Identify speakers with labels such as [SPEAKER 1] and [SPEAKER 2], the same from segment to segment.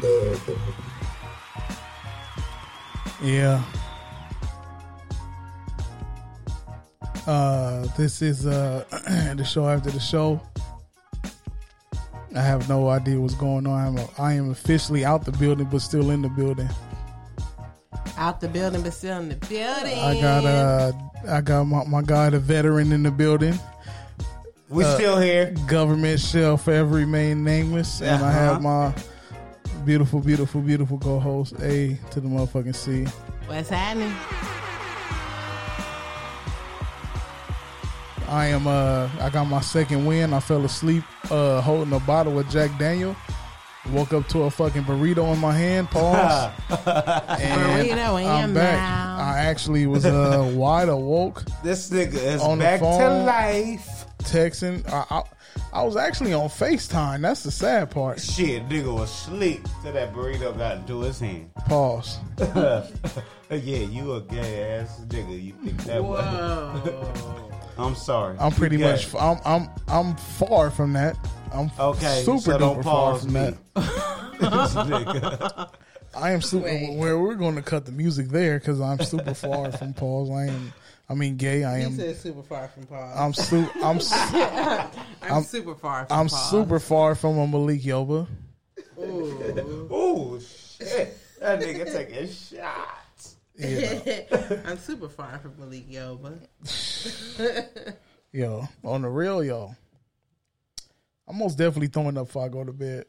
[SPEAKER 1] bad. bro.
[SPEAKER 2] Yeah. Uh, this is uh the show after the show. I have no idea what's going on. I'm a, I am officially out the building, but still in the building.
[SPEAKER 3] Out the building, but still in the building.
[SPEAKER 2] I got uh, I got my, my guy, the veteran, in the building.
[SPEAKER 1] We
[SPEAKER 2] uh,
[SPEAKER 1] still here.
[SPEAKER 2] Government shell forever remain nameless, and I have my beautiful, beautiful, beautiful co-host A to the motherfucking C.
[SPEAKER 3] What's happening?
[SPEAKER 2] I am uh I got my second win. I fell asleep uh holding a bottle of Jack Daniel. Woke up to a fucking burrito in my hand, pause. and
[SPEAKER 3] Burrito in
[SPEAKER 2] I'm
[SPEAKER 3] your
[SPEAKER 2] back.
[SPEAKER 3] mouth.
[SPEAKER 2] I actually was uh wide awoke,
[SPEAKER 1] This nigga is
[SPEAKER 2] On the
[SPEAKER 1] back to
[SPEAKER 2] phone.
[SPEAKER 1] life.
[SPEAKER 2] texting. I, I I was actually on FaceTime. That's the sad part.
[SPEAKER 1] Shit, nigga was asleep till that burrito got into his hand. Uh,
[SPEAKER 2] Pause.
[SPEAKER 1] yeah, you a gay ass nigga. You think that way? I'm sorry.
[SPEAKER 2] I'm
[SPEAKER 1] You
[SPEAKER 2] pretty
[SPEAKER 1] gay.
[SPEAKER 2] much I'm I'm I'm far from that. I'm
[SPEAKER 1] okay.
[SPEAKER 2] super
[SPEAKER 1] so
[SPEAKER 2] duper
[SPEAKER 1] don't
[SPEAKER 2] far
[SPEAKER 1] pause
[SPEAKER 2] from
[SPEAKER 1] me.
[SPEAKER 2] that.
[SPEAKER 1] This nigga.
[SPEAKER 2] I am super. Where we're going to cut the music there because I'm super far from Paul's. I am. I mean, gay. I
[SPEAKER 3] He
[SPEAKER 2] am.
[SPEAKER 3] said super far from Paul.
[SPEAKER 2] I'm su- I'm. su-
[SPEAKER 3] I'm, super far from
[SPEAKER 2] I'm
[SPEAKER 3] Paul.
[SPEAKER 2] super far from a Malik Yoba.
[SPEAKER 1] Ooh, shit. That nigga taking shots.
[SPEAKER 2] Yeah,
[SPEAKER 3] I'm super far from Malik Yoba.
[SPEAKER 2] yo. On the real, yo. I'm most definitely throwing up before I go to bed.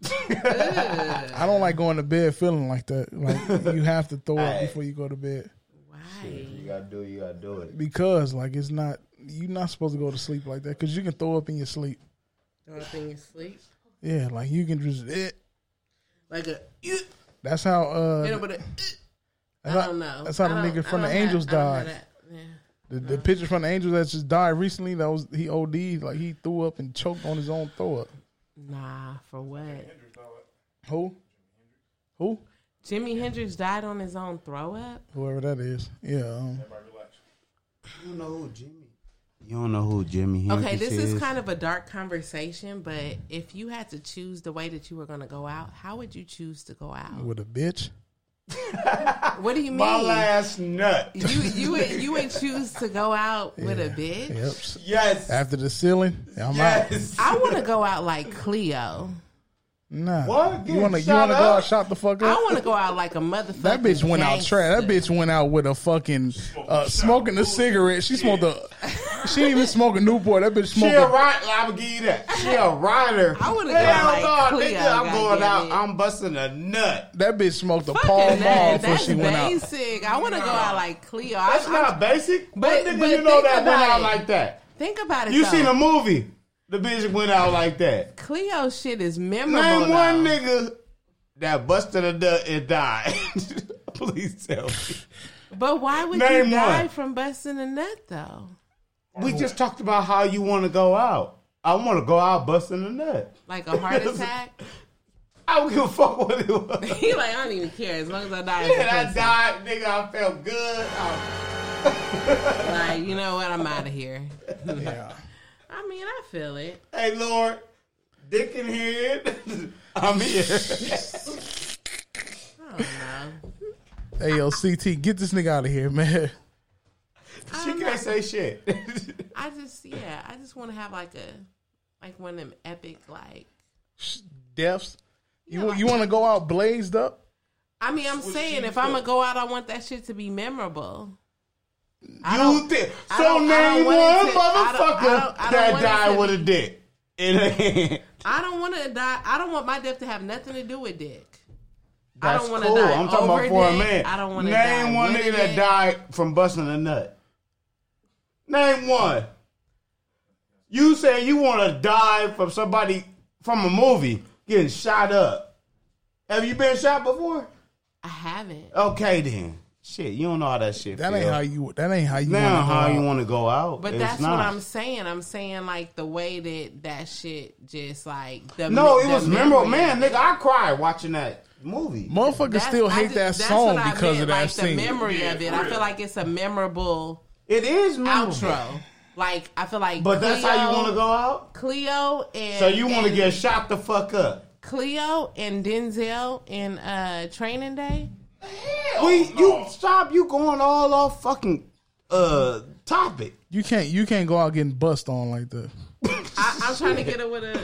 [SPEAKER 2] I don't like going to bed feeling like that. Like you have to throw up
[SPEAKER 1] Hey.
[SPEAKER 2] before you go to bed
[SPEAKER 3] Why?
[SPEAKER 1] You gotta do it. You gotta do it.
[SPEAKER 2] because like it's not you're not supposed to go to sleep like that because you can throw up in your sleep.
[SPEAKER 3] Don't think you sleep.
[SPEAKER 2] Yeah, like you can just. Eh.
[SPEAKER 3] Like a hit
[SPEAKER 2] That's how. Uh,
[SPEAKER 3] him with a. I
[SPEAKER 2] how-
[SPEAKER 3] don't know.
[SPEAKER 2] That's how the
[SPEAKER 3] I don't-
[SPEAKER 2] nigga from the
[SPEAKER 3] I don't have-
[SPEAKER 2] Angels
[SPEAKER 3] I don't
[SPEAKER 2] died.
[SPEAKER 3] have that. Yeah.
[SPEAKER 2] The, the picture from the Angels that just died recently, that was he OD'd, like he threw up and choked on his own throw up.
[SPEAKER 3] Nah, for what?
[SPEAKER 2] Who? Who?
[SPEAKER 3] Jimi Hendrix died on his own throw up.
[SPEAKER 2] Whoever that is. Yeah. Um,
[SPEAKER 1] You know who Jimmy? You don't know who Jimmy Hendrix
[SPEAKER 3] Okay, this is kind of a dark conversation, but if you had to choose the way that you were going to go out, how would you choose to go out?
[SPEAKER 2] with a bitch.
[SPEAKER 3] What do you mean?
[SPEAKER 1] my last nut.
[SPEAKER 3] You you would you would choose to go out with a bitch?
[SPEAKER 2] Yep. S-
[SPEAKER 1] Yes.
[SPEAKER 2] After the ceiling, I'm out.
[SPEAKER 1] yes.
[SPEAKER 3] I want to go out like Cleo.
[SPEAKER 2] Nah.
[SPEAKER 1] What?
[SPEAKER 2] You
[SPEAKER 1] Get
[SPEAKER 2] wanna you
[SPEAKER 1] shot
[SPEAKER 2] wanna go
[SPEAKER 1] up?
[SPEAKER 2] out shot the fuck
[SPEAKER 3] I
[SPEAKER 2] up?
[SPEAKER 3] want to go out like a motherfucker.
[SPEAKER 2] that bitch went out trash. That bitch went out with a fucking uh, smoking a cigarette. She smoked a. She didn't even smoke a Newport. That bitch
[SPEAKER 1] She
[SPEAKER 2] smoked.
[SPEAKER 1] a
[SPEAKER 2] A,
[SPEAKER 1] rider. I'm gonna give you that. She a rider.
[SPEAKER 3] I would've gone
[SPEAKER 1] Hell
[SPEAKER 3] like
[SPEAKER 1] no,
[SPEAKER 3] Cleo,
[SPEAKER 1] nigga. I'm going out.
[SPEAKER 3] goddamn it.
[SPEAKER 1] I'm busting a nut.
[SPEAKER 2] that bitch smoked a Paul
[SPEAKER 3] Fucking
[SPEAKER 2] Mall
[SPEAKER 3] that.
[SPEAKER 2] before
[SPEAKER 3] That's
[SPEAKER 2] she went out.
[SPEAKER 3] basic. I want to go out like Cleo. I-
[SPEAKER 1] That's
[SPEAKER 3] I-
[SPEAKER 1] not basic.
[SPEAKER 3] But-
[SPEAKER 1] But, nigga,
[SPEAKER 3] but
[SPEAKER 1] you know
[SPEAKER 3] think
[SPEAKER 1] that went
[SPEAKER 3] about
[SPEAKER 1] out
[SPEAKER 3] it.
[SPEAKER 1] like that.
[SPEAKER 3] think about it.
[SPEAKER 1] You
[SPEAKER 3] though.
[SPEAKER 1] seen a movie? The bitch went out like that.
[SPEAKER 3] Cleo shit is memorable.
[SPEAKER 1] Name one
[SPEAKER 3] though.
[SPEAKER 1] nigga that busted a nut and died. Please tell me.
[SPEAKER 3] But why would
[SPEAKER 1] Name
[SPEAKER 3] you die
[SPEAKER 1] one.
[SPEAKER 3] from busting a nut though?
[SPEAKER 1] We
[SPEAKER 3] Oh.
[SPEAKER 1] just talked about how you want to go out. I want to go out busting a nut.
[SPEAKER 3] Like a heart attack?
[SPEAKER 1] I don't give a fuck what it was.
[SPEAKER 3] he like I don't even care as long as I die. as a
[SPEAKER 1] And I
[SPEAKER 3] pussy.
[SPEAKER 1] died, nigga. I felt good. I-
[SPEAKER 3] Like you know what? I'm out of here.
[SPEAKER 2] Yeah.
[SPEAKER 3] I mean, I feel it.
[SPEAKER 1] hey, Lord, dick in head. I'm here.
[SPEAKER 3] I don't know.
[SPEAKER 2] Hey yo, CT, get this nigga out of here, man.
[SPEAKER 1] She can't say shit.
[SPEAKER 3] I just yeah. I just want to have like a like one of them epic like.
[SPEAKER 2] deaths. You
[SPEAKER 3] Yeah,
[SPEAKER 2] wa-
[SPEAKER 3] like-
[SPEAKER 2] you want to go out blazed up?
[SPEAKER 3] I mean, I'm saying if I'm gonna go out, I want that shit to be memorable. I
[SPEAKER 1] you
[SPEAKER 3] don't.
[SPEAKER 1] think
[SPEAKER 3] I
[SPEAKER 1] so?
[SPEAKER 3] don't- I don't
[SPEAKER 1] Name one
[SPEAKER 3] want it to- I don't-
[SPEAKER 1] motherfucker
[SPEAKER 3] I don't- I don't
[SPEAKER 1] that
[SPEAKER 3] want it
[SPEAKER 1] died
[SPEAKER 3] to
[SPEAKER 1] with a
[SPEAKER 3] be-
[SPEAKER 1] dick in a hand.
[SPEAKER 3] I don't want to die. I don't want my death to have nothing to do with dick. I
[SPEAKER 1] That's
[SPEAKER 3] don't want to
[SPEAKER 1] cool.
[SPEAKER 3] die.
[SPEAKER 1] I'm talking
[SPEAKER 3] over
[SPEAKER 1] about for a
[SPEAKER 3] dick.
[SPEAKER 1] man.
[SPEAKER 3] I don't want to die.
[SPEAKER 1] Name one
[SPEAKER 3] with
[SPEAKER 1] nigga that
[SPEAKER 3] dick.
[SPEAKER 1] died from busting a nut. Name one. You say you want to die from somebody from a movie getting shot up. Have you been shot before?
[SPEAKER 3] I haven't.
[SPEAKER 1] Okay then. Shit, you don't know how that shit.
[SPEAKER 2] That
[SPEAKER 1] feel.
[SPEAKER 2] ain't how you. That ain't how you.
[SPEAKER 1] Now
[SPEAKER 2] wanna go
[SPEAKER 1] how
[SPEAKER 2] out.
[SPEAKER 1] you want to go out?
[SPEAKER 3] But
[SPEAKER 1] It's
[SPEAKER 3] that's
[SPEAKER 1] not.
[SPEAKER 3] what I'm saying. I'm saying like the way that that shit just like the
[SPEAKER 1] No,
[SPEAKER 3] me-
[SPEAKER 1] it
[SPEAKER 3] the
[SPEAKER 1] was memorable.
[SPEAKER 3] memory.
[SPEAKER 1] Man, nigga, I cried watching that movie.
[SPEAKER 2] Motherfuckers
[SPEAKER 3] That's-
[SPEAKER 2] still
[SPEAKER 3] I
[SPEAKER 2] hate
[SPEAKER 3] just-
[SPEAKER 2] that
[SPEAKER 3] that's
[SPEAKER 2] song
[SPEAKER 3] what I
[SPEAKER 2] because
[SPEAKER 3] meant,
[SPEAKER 2] of that
[SPEAKER 3] like
[SPEAKER 2] scene.
[SPEAKER 3] The memory of it. I feel like it's a memorable
[SPEAKER 1] It is memorable.
[SPEAKER 3] outro. Like I feel like,
[SPEAKER 1] But that's how you want to go out.
[SPEAKER 3] Cleo and
[SPEAKER 1] So you want to
[SPEAKER 3] and-
[SPEAKER 1] get shot the fuck up?
[SPEAKER 3] Cleo and Denzel in uh, Training Day.
[SPEAKER 1] We, you stop. You going all off fucking uh topic.
[SPEAKER 2] You can't you can't go out getting bust on like that.
[SPEAKER 3] I, I'm trying to get it with a.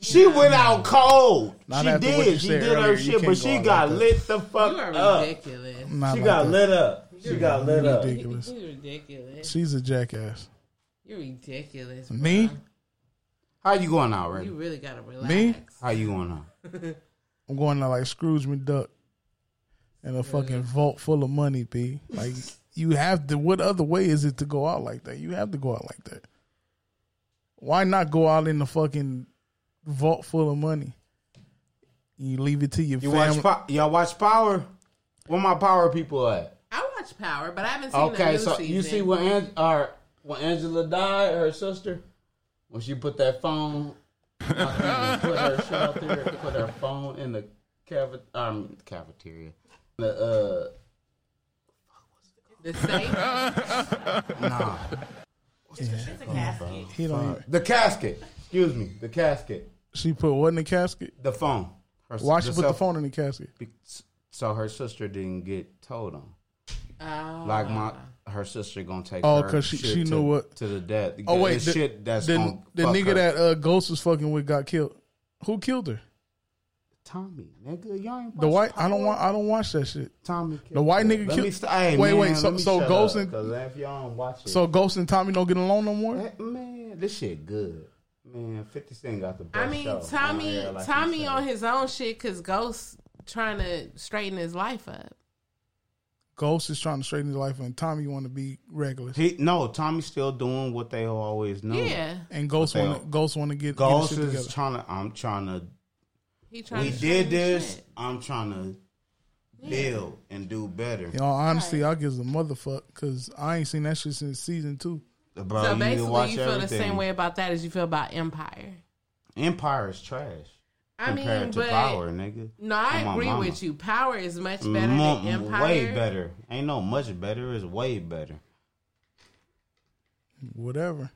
[SPEAKER 1] She went out cold.
[SPEAKER 2] Not
[SPEAKER 1] she
[SPEAKER 2] after what you
[SPEAKER 1] did. She
[SPEAKER 2] said
[SPEAKER 1] did
[SPEAKER 2] earlier.
[SPEAKER 1] her
[SPEAKER 2] You
[SPEAKER 1] shit,
[SPEAKER 2] can't
[SPEAKER 1] but
[SPEAKER 2] go
[SPEAKER 1] she
[SPEAKER 2] out
[SPEAKER 1] got
[SPEAKER 2] like that.
[SPEAKER 1] lit the fuck
[SPEAKER 3] You are
[SPEAKER 1] up.
[SPEAKER 3] ridiculous.
[SPEAKER 2] Not
[SPEAKER 1] She
[SPEAKER 2] like
[SPEAKER 1] got
[SPEAKER 2] that.
[SPEAKER 1] lit up. She got lit up.
[SPEAKER 2] Ridiculous.
[SPEAKER 3] You're ridiculous.
[SPEAKER 2] She's a jackass.
[SPEAKER 3] You're ridiculous.
[SPEAKER 2] Me?
[SPEAKER 1] How you going out,
[SPEAKER 3] You
[SPEAKER 1] Randy?
[SPEAKER 3] really gotta relax.
[SPEAKER 2] Me?
[SPEAKER 1] How you going out?
[SPEAKER 2] I'm going to like Scrooge McDuck in a fucking vault full of money, B. Like you have to what other way is it to go out like that? You have to go out like that. Why not go out in the fucking vault full of money? You leave it to your
[SPEAKER 1] You
[SPEAKER 2] family.
[SPEAKER 1] watch? Po- y'all watch Power? Where my Power people at?
[SPEAKER 3] I watch Power, but I haven't seen the
[SPEAKER 1] Okay,
[SPEAKER 3] new
[SPEAKER 1] so
[SPEAKER 3] season.
[SPEAKER 1] you see when Ang- or when Angela died, her sister, when she put that phone, I think they put her shelter, put her phone in the cafet, um, cafeteria. The
[SPEAKER 3] the safe.
[SPEAKER 1] uh, nah,
[SPEAKER 3] It's a casket.
[SPEAKER 2] he don't even,
[SPEAKER 1] the casket. Excuse me, the casket,
[SPEAKER 2] she put what in the casket?
[SPEAKER 1] the phone. Her,
[SPEAKER 2] Why she put the
[SPEAKER 1] cell-
[SPEAKER 2] phone in the casket?
[SPEAKER 1] be- So her sister didn't get told on.
[SPEAKER 3] Oh.
[SPEAKER 1] Like my her sister gonna take.
[SPEAKER 2] Oh,
[SPEAKER 1] her
[SPEAKER 2] 'cause she-
[SPEAKER 1] shit
[SPEAKER 2] she
[SPEAKER 1] to-
[SPEAKER 2] knew what-
[SPEAKER 1] to the death.
[SPEAKER 2] Oh wait,
[SPEAKER 1] It's
[SPEAKER 2] the,
[SPEAKER 1] shit that's
[SPEAKER 2] the,
[SPEAKER 1] gonna
[SPEAKER 2] the
[SPEAKER 1] fuck
[SPEAKER 2] nigga
[SPEAKER 1] her.
[SPEAKER 2] that uh, Ghost was fucking with got killed. Who killed her?
[SPEAKER 1] Tommy, nigga, y'all ain't
[SPEAKER 2] The
[SPEAKER 1] watch
[SPEAKER 2] white. I don't
[SPEAKER 1] Power.
[SPEAKER 2] want. I don't watch that shit.
[SPEAKER 1] Tommy
[SPEAKER 2] The white
[SPEAKER 1] Kidd.
[SPEAKER 2] nigga
[SPEAKER 1] Let
[SPEAKER 2] killed-
[SPEAKER 1] me st- hey,
[SPEAKER 2] Wait,
[SPEAKER 1] man,
[SPEAKER 2] wait, so-
[SPEAKER 1] let me
[SPEAKER 2] so
[SPEAKER 1] shut
[SPEAKER 2] Ghost
[SPEAKER 1] up,
[SPEAKER 2] and-
[SPEAKER 1] 'cause if y'all don't watch it,
[SPEAKER 2] So Ghost and Tommy don't get along no more.
[SPEAKER 1] That- man, this shit good. Man, Fifty Cent got the best.
[SPEAKER 3] I mean,
[SPEAKER 1] show
[SPEAKER 3] Tommy,
[SPEAKER 1] on air, like he
[SPEAKER 3] Tommy
[SPEAKER 1] said.
[SPEAKER 3] on his own shit because Ghost trying to straighten his life up.
[SPEAKER 2] Ghost is trying to straighten his life, and Tommy want to be reckless.
[SPEAKER 1] He, no, Tommy's still doing what they always knew.
[SPEAKER 3] Yeah,
[SPEAKER 2] And Ghost
[SPEAKER 1] But they
[SPEAKER 2] want to
[SPEAKER 1] don't.
[SPEAKER 2] Ghost want to get get his
[SPEAKER 1] Ghost
[SPEAKER 2] shit
[SPEAKER 1] is
[SPEAKER 2] together.
[SPEAKER 1] trying to. I'm trying to.
[SPEAKER 3] he trying.
[SPEAKER 1] we
[SPEAKER 3] to
[SPEAKER 1] did
[SPEAKER 3] straighten his
[SPEAKER 1] this.
[SPEAKER 3] shit.
[SPEAKER 1] I'm trying to build and do better.
[SPEAKER 2] In all honesty, I gives a motherfuck because I ain't seen that shit since season two.
[SPEAKER 1] Bro,
[SPEAKER 3] So
[SPEAKER 1] you need to
[SPEAKER 3] basically,
[SPEAKER 1] watch
[SPEAKER 3] you feel the
[SPEAKER 1] everything.
[SPEAKER 3] same way about that as you feel about Empire.
[SPEAKER 1] Empire is trash
[SPEAKER 3] I
[SPEAKER 1] compared
[SPEAKER 3] mean,
[SPEAKER 1] to
[SPEAKER 3] but
[SPEAKER 1] Power, nigga.
[SPEAKER 3] no, I
[SPEAKER 1] Come on,
[SPEAKER 3] agree
[SPEAKER 1] mama.
[SPEAKER 3] with you. Power is much better
[SPEAKER 1] Mo-
[SPEAKER 3] than Empire.
[SPEAKER 1] Way better. Ain't no much better. It's way better.
[SPEAKER 2] Whatever.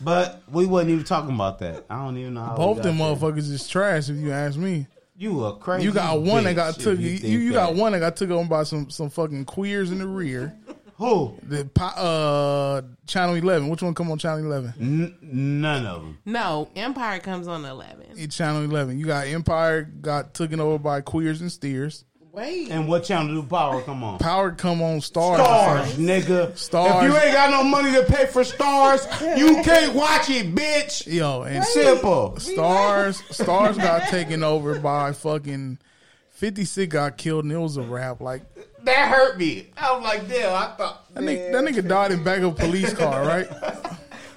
[SPEAKER 1] But we wasn't even talking about that. I don't even know. How
[SPEAKER 2] Both
[SPEAKER 1] we got
[SPEAKER 2] them
[SPEAKER 1] there.
[SPEAKER 2] motherfuckers is trash. If you ask me,
[SPEAKER 1] You a crazy.
[SPEAKER 2] you got one that got
[SPEAKER 1] bitch
[SPEAKER 2] took.
[SPEAKER 1] if
[SPEAKER 2] You
[SPEAKER 1] think
[SPEAKER 2] you, you got
[SPEAKER 1] that.
[SPEAKER 2] one that got took on by some some fucking queers in the rear.
[SPEAKER 1] Who?
[SPEAKER 2] The po- uh channel eleven. Which one come on channel eleven?
[SPEAKER 1] N- none of them.
[SPEAKER 3] No, Empire comes on eleven.
[SPEAKER 2] It's channel eleven. You got Empire got taken over by queers and steers.
[SPEAKER 3] Wait,
[SPEAKER 1] And what channel do Power come on?
[SPEAKER 2] Power come on stars.
[SPEAKER 1] Stars, nigga.
[SPEAKER 2] Stars.
[SPEAKER 1] If you ain't got no money to pay for stars, you can't watch it, bitch.
[SPEAKER 2] Yo, and
[SPEAKER 1] Simple.
[SPEAKER 2] stars stars got taken over by fucking fifty six got killed and it was a rap. Like
[SPEAKER 1] That hurt me. I was like, damn. I thought
[SPEAKER 2] that nigga, that nigga died in back of a police car, right?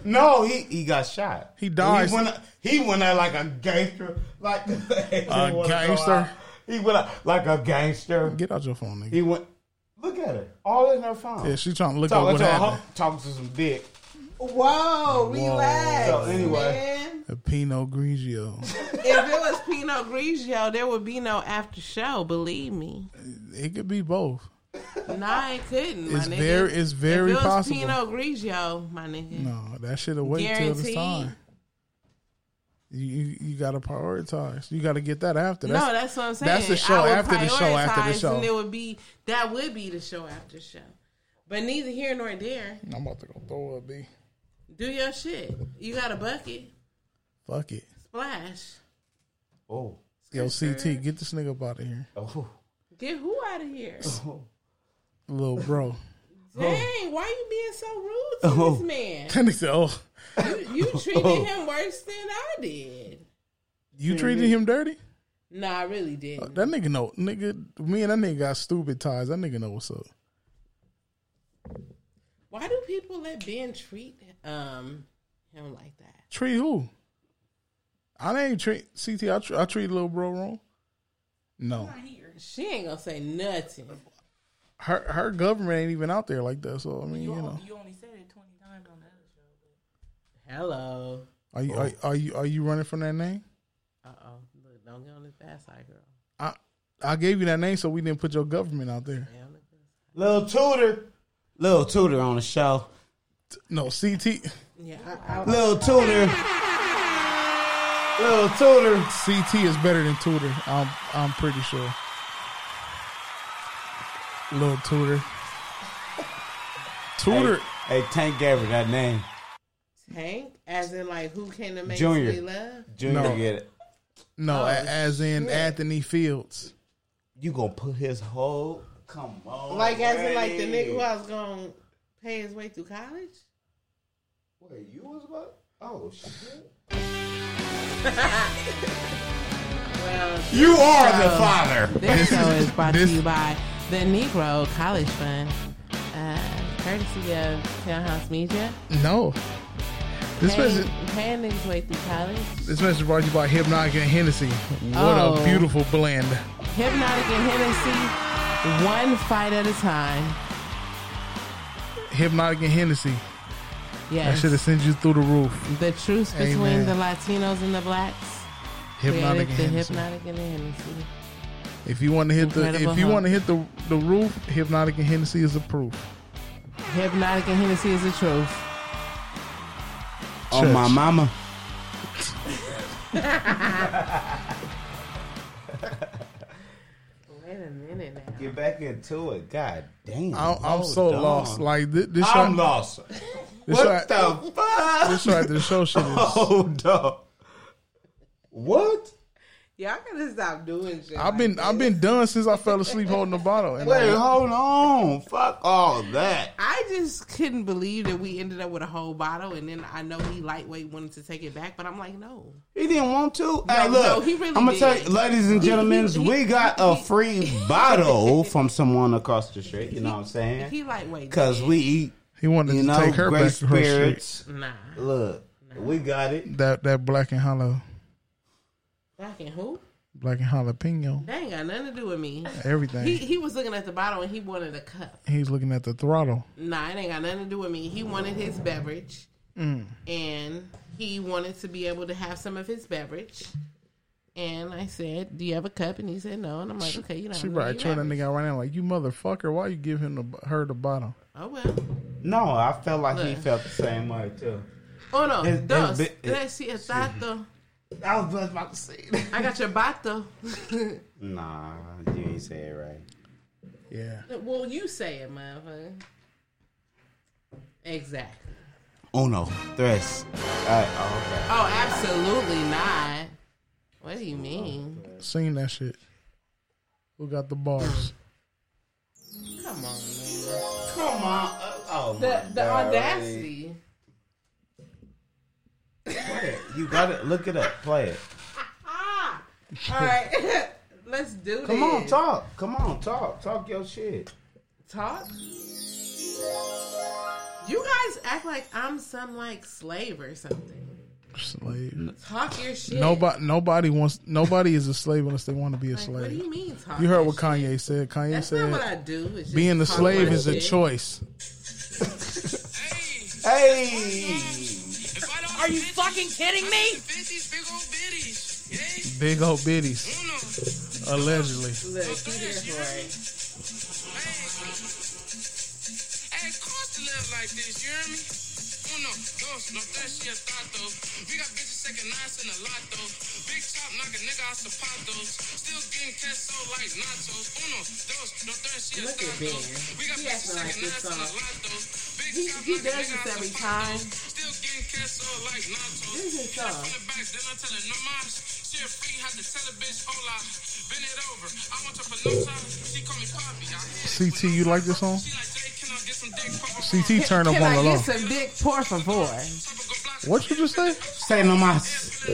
[SPEAKER 1] No, he he got shot.
[SPEAKER 2] He died.
[SPEAKER 1] He went out, he went out like a gangster, like a
[SPEAKER 2] gangster?
[SPEAKER 1] He went out like a gangster.
[SPEAKER 2] Get out your phone, nigga.
[SPEAKER 1] He went. Look at her, all in her phone.
[SPEAKER 2] Yeah, she trying to look up
[SPEAKER 1] talking
[SPEAKER 2] what
[SPEAKER 1] to a
[SPEAKER 2] happened.
[SPEAKER 1] hu- talking to some dick.
[SPEAKER 4] Whoa, relax.
[SPEAKER 1] So anyway,
[SPEAKER 3] man.
[SPEAKER 2] A Pinot Grigio.
[SPEAKER 3] if it was Pinot Grigio, there would be no after show. Believe me.
[SPEAKER 2] It could be both.
[SPEAKER 3] Nah, it couldn't. My
[SPEAKER 2] It's
[SPEAKER 3] nigga.
[SPEAKER 2] very it's very
[SPEAKER 3] if it was
[SPEAKER 2] possible. Mm,
[SPEAKER 3] Pinot Grigio, my nigga.
[SPEAKER 2] No, that should have waited till the
[SPEAKER 3] Guaranteed.
[SPEAKER 2] time. You you, you got to prioritize. You got to get that after.
[SPEAKER 3] No,
[SPEAKER 2] That's,
[SPEAKER 3] that's what I'm saying.
[SPEAKER 2] that's the show
[SPEAKER 3] I would
[SPEAKER 2] after the show after the
[SPEAKER 3] prioritize,
[SPEAKER 2] show.
[SPEAKER 3] And it would be that would be the show after show. But neither here nor there.
[SPEAKER 2] I'm about to go throw up, B.
[SPEAKER 3] Do your shit. You got a bucket.
[SPEAKER 2] Fuck it.
[SPEAKER 3] Splash.
[SPEAKER 1] oh,
[SPEAKER 2] Yo, CT, get this nigga up out of here,
[SPEAKER 1] oh,
[SPEAKER 3] Get who out of here?
[SPEAKER 2] little bro.
[SPEAKER 3] Dang, why you being so rude to this man?
[SPEAKER 2] That nigga said, "Oh,
[SPEAKER 3] You, you treated him worse than I did.
[SPEAKER 2] you treated him dirty."
[SPEAKER 3] No, I really didn't.
[SPEAKER 2] Oh, That nigga know, nigga. Me and that nigga got stupid ties. That nigga know what's up.
[SPEAKER 3] Why do people let Ben treat um him like that?
[SPEAKER 2] Treat who? I ain't treat CT. I, tr- I treat little bro wrong. No,
[SPEAKER 3] She ain't gonna say nothing.
[SPEAKER 2] her her government ain't even out there like that. So I mean, you know,
[SPEAKER 5] You only said it 20 times on the other show.
[SPEAKER 3] Hello.
[SPEAKER 2] are you are, are you are you running from that name?
[SPEAKER 3] Uh oh. Look, don't get on this bad side, girl.
[SPEAKER 2] I I gave you that name so we didn't put your government out there.
[SPEAKER 3] Damn it.
[SPEAKER 1] little Tudor, little Tudor on the show,
[SPEAKER 2] No, CT.
[SPEAKER 3] Yeah, I, I,
[SPEAKER 1] little Tudor. Little tutor.
[SPEAKER 2] CT is better than Tudor. I'm I'm pretty sure. Little Tudor. Tudor.
[SPEAKER 1] Hey, Tank gave her that name.
[SPEAKER 3] Tank, as in like who can to make
[SPEAKER 1] Junior.
[SPEAKER 3] me love?
[SPEAKER 1] Junior
[SPEAKER 2] No.
[SPEAKER 1] get it. Oh,
[SPEAKER 2] No, a- as in Anthony Fields.
[SPEAKER 1] You gonna put his whole come on.
[SPEAKER 3] Like as in like the
[SPEAKER 1] Randy.
[SPEAKER 3] nigga who I was gonna pay his way through college.
[SPEAKER 1] Wait, you was about oh shit.
[SPEAKER 3] Well,
[SPEAKER 1] You are the father.
[SPEAKER 3] this show is brought
[SPEAKER 2] this-
[SPEAKER 3] to you by the Negro College Fund, uh, courtesy of Townhouse Media.
[SPEAKER 2] No. This message
[SPEAKER 3] Paying, paying niggas way through college.
[SPEAKER 2] this message brought to you by Hypnotic and Hennessy. What a
[SPEAKER 3] Oh.
[SPEAKER 2] beautiful blend.
[SPEAKER 3] Hypnotic and Hennessy, one fight at a time.
[SPEAKER 2] Hypnotic and Hennessy. I
[SPEAKER 3] Yes.
[SPEAKER 2] should have sent you through the roof.
[SPEAKER 3] The truce between
[SPEAKER 2] Amen.
[SPEAKER 3] the Latinos and the blacks.
[SPEAKER 2] Hypnotic and
[SPEAKER 3] Created the
[SPEAKER 2] Hennessy.
[SPEAKER 3] Hypnotic and the Hennessy.
[SPEAKER 2] If you want to hit the
[SPEAKER 3] Incredible
[SPEAKER 2] if you
[SPEAKER 3] hump.
[SPEAKER 2] want to hit the the roof, Hypnotic and Hennessy is the proof.
[SPEAKER 3] Hypnotic and Hennessy is the truth.
[SPEAKER 1] Oh my
[SPEAKER 2] Church.
[SPEAKER 1] mama.
[SPEAKER 3] Wait a minute now.
[SPEAKER 1] Get back into it. God damn.
[SPEAKER 2] I'm, I'm
[SPEAKER 1] Hold
[SPEAKER 2] so
[SPEAKER 1] on.
[SPEAKER 2] lost. Like this, this
[SPEAKER 1] Oh, I'm
[SPEAKER 2] right,
[SPEAKER 1] lost.
[SPEAKER 2] this
[SPEAKER 1] What
[SPEAKER 2] right-
[SPEAKER 1] the fuck?
[SPEAKER 2] this right after the show shit is.
[SPEAKER 1] Hold up. What?
[SPEAKER 3] Y'all gotta stop doing shit.
[SPEAKER 2] I've been I've been done since I fell asleep holding the bottle. And
[SPEAKER 1] Wait,
[SPEAKER 2] I,
[SPEAKER 1] hold on. Fuck all that.
[SPEAKER 3] I just couldn't believe that we ended up with a whole bottle, and then I know he lightweight wanted to take it back, but I'm like, no.
[SPEAKER 1] He didn't want to.
[SPEAKER 3] No,
[SPEAKER 1] hey, look,
[SPEAKER 3] no, he really
[SPEAKER 1] I'm gonna
[SPEAKER 3] did.
[SPEAKER 1] tell you, ladies and
[SPEAKER 3] He-
[SPEAKER 1] gentlemen,
[SPEAKER 3] he-
[SPEAKER 1] we
[SPEAKER 3] he-
[SPEAKER 1] got a free bottle from someone across the street. You know what I'm
[SPEAKER 3] He
[SPEAKER 1] saying?
[SPEAKER 3] lightweight.
[SPEAKER 1] Because
[SPEAKER 3] dude.
[SPEAKER 1] we eat,
[SPEAKER 2] he wanted
[SPEAKER 1] you
[SPEAKER 2] to
[SPEAKER 1] know,
[SPEAKER 2] take her
[SPEAKER 1] great
[SPEAKER 2] back to her street.
[SPEAKER 1] spirits.
[SPEAKER 3] nah.
[SPEAKER 1] Look, we got it.
[SPEAKER 2] That that black and hollow,
[SPEAKER 3] Fucking who?
[SPEAKER 2] black and jalapeno,
[SPEAKER 3] That ain't got nothing to do with me.
[SPEAKER 2] everything.
[SPEAKER 3] He he was looking at the bottle and he wanted a cup.
[SPEAKER 2] He's looking at the throttle.
[SPEAKER 3] Nah, it ain't got nothing to do with me. He wanted his beverage,
[SPEAKER 2] Mm.
[SPEAKER 3] and he wanted to be able to have some of his beverage. And I said, "Do you have a cup?" And he said, "No." And I'm like, "Okay, you know."
[SPEAKER 2] She probably turned that nigga out right now like you motherfucker. Why you give him the her the bottle?
[SPEAKER 3] Oh well.
[SPEAKER 1] No, I felt like he
[SPEAKER 3] Look.
[SPEAKER 1] felt the same way too.
[SPEAKER 3] Oh no.
[SPEAKER 1] It's- it's
[SPEAKER 3] Dos.
[SPEAKER 1] bi-
[SPEAKER 3] Tres y cuatro.
[SPEAKER 1] I was just about to say that.
[SPEAKER 3] I got your bato.
[SPEAKER 1] Nah, you ain't say it right.
[SPEAKER 2] Yeah,
[SPEAKER 3] well, you say it, motherfucker. Exactly.
[SPEAKER 1] Uno, tres. Alright, oh,
[SPEAKER 3] Oh, absolutely not. What do you mean?
[SPEAKER 2] sing that shit. Who got the bars?
[SPEAKER 3] Come on, man.
[SPEAKER 1] okay. Come on. Oh, my
[SPEAKER 3] The, the
[SPEAKER 1] God,
[SPEAKER 3] audacity.
[SPEAKER 1] Ray. You got it. Look it up. Play it.
[SPEAKER 3] Ah! All right. Let's do this.
[SPEAKER 1] Come on, talk. Come on, talk. Talk your shit.
[SPEAKER 3] Talk. You guys act like I'm some like slave or something.
[SPEAKER 2] Slave.
[SPEAKER 3] Talk your shit.
[SPEAKER 2] Nobody nobody wants nobody is a slave unless they want to be a
[SPEAKER 3] Like, what do
[SPEAKER 2] slave.
[SPEAKER 3] you mean talk?
[SPEAKER 2] You heard
[SPEAKER 3] your
[SPEAKER 2] what
[SPEAKER 3] shit?
[SPEAKER 2] Kanye said. Kanye
[SPEAKER 3] That's not what
[SPEAKER 2] said
[SPEAKER 3] I do. It's just
[SPEAKER 2] being a
[SPEAKER 3] talk
[SPEAKER 2] slave
[SPEAKER 3] my
[SPEAKER 2] is a
[SPEAKER 3] shit.
[SPEAKER 2] choice.
[SPEAKER 1] Hey.
[SPEAKER 6] Are you fucking kidding me?
[SPEAKER 2] Big old biddies, allegedly.
[SPEAKER 3] Look, she here for it.
[SPEAKER 6] Hey, of course to live like this, you hear me? Uno, dos, no tres, y el tato. We got bitches taking nines in a lotto. Big chop, knock a nigga out zapatos. Still getting queso like nachos. Uno, dos, no tres, y el
[SPEAKER 3] Look at
[SPEAKER 6] tato.
[SPEAKER 3] Ben.
[SPEAKER 6] We got
[SPEAKER 3] He
[SPEAKER 6] bitches
[SPEAKER 3] acting like
[SPEAKER 6] taking
[SPEAKER 3] this
[SPEAKER 6] nines in a
[SPEAKER 3] song.
[SPEAKER 6] lotto.
[SPEAKER 3] He,
[SPEAKER 6] Big chop,
[SPEAKER 3] he
[SPEAKER 6] knock a
[SPEAKER 3] does this
[SPEAKER 6] nigga out
[SPEAKER 3] every
[SPEAKER 6] zapatos.
[SPEAKER 3] time.
[SPEAKER 6] Still getting queso like nachos.
[SPEAKER 3] This is
[SPEAKER 6] Hit her
[SPEAKER 3] tough.
[SPEAKER 6] from the back, then I tell her, no mas. She a freak, had to tell a bitch, hola. Bend it over. I want her for no time. She call me Poppy. I hit it.
[SPEAKER 2] CT, you like this song?
[SPEAKER 6] She like, Jay, can I get some dick for her?
[SPEAKER 2] CT, turn up
[SPEAKER 3] Can
[SPEAKER 2] on
[SPEAKER 3] I
[SPEAKER 2] the
[SPEAKER 3] get
[SPEAKER 2] law.
[SPEAKER 3] some dick, por favor?
[SPEAKER 2] What you just say?
[SPEAKER 1] Say no mas.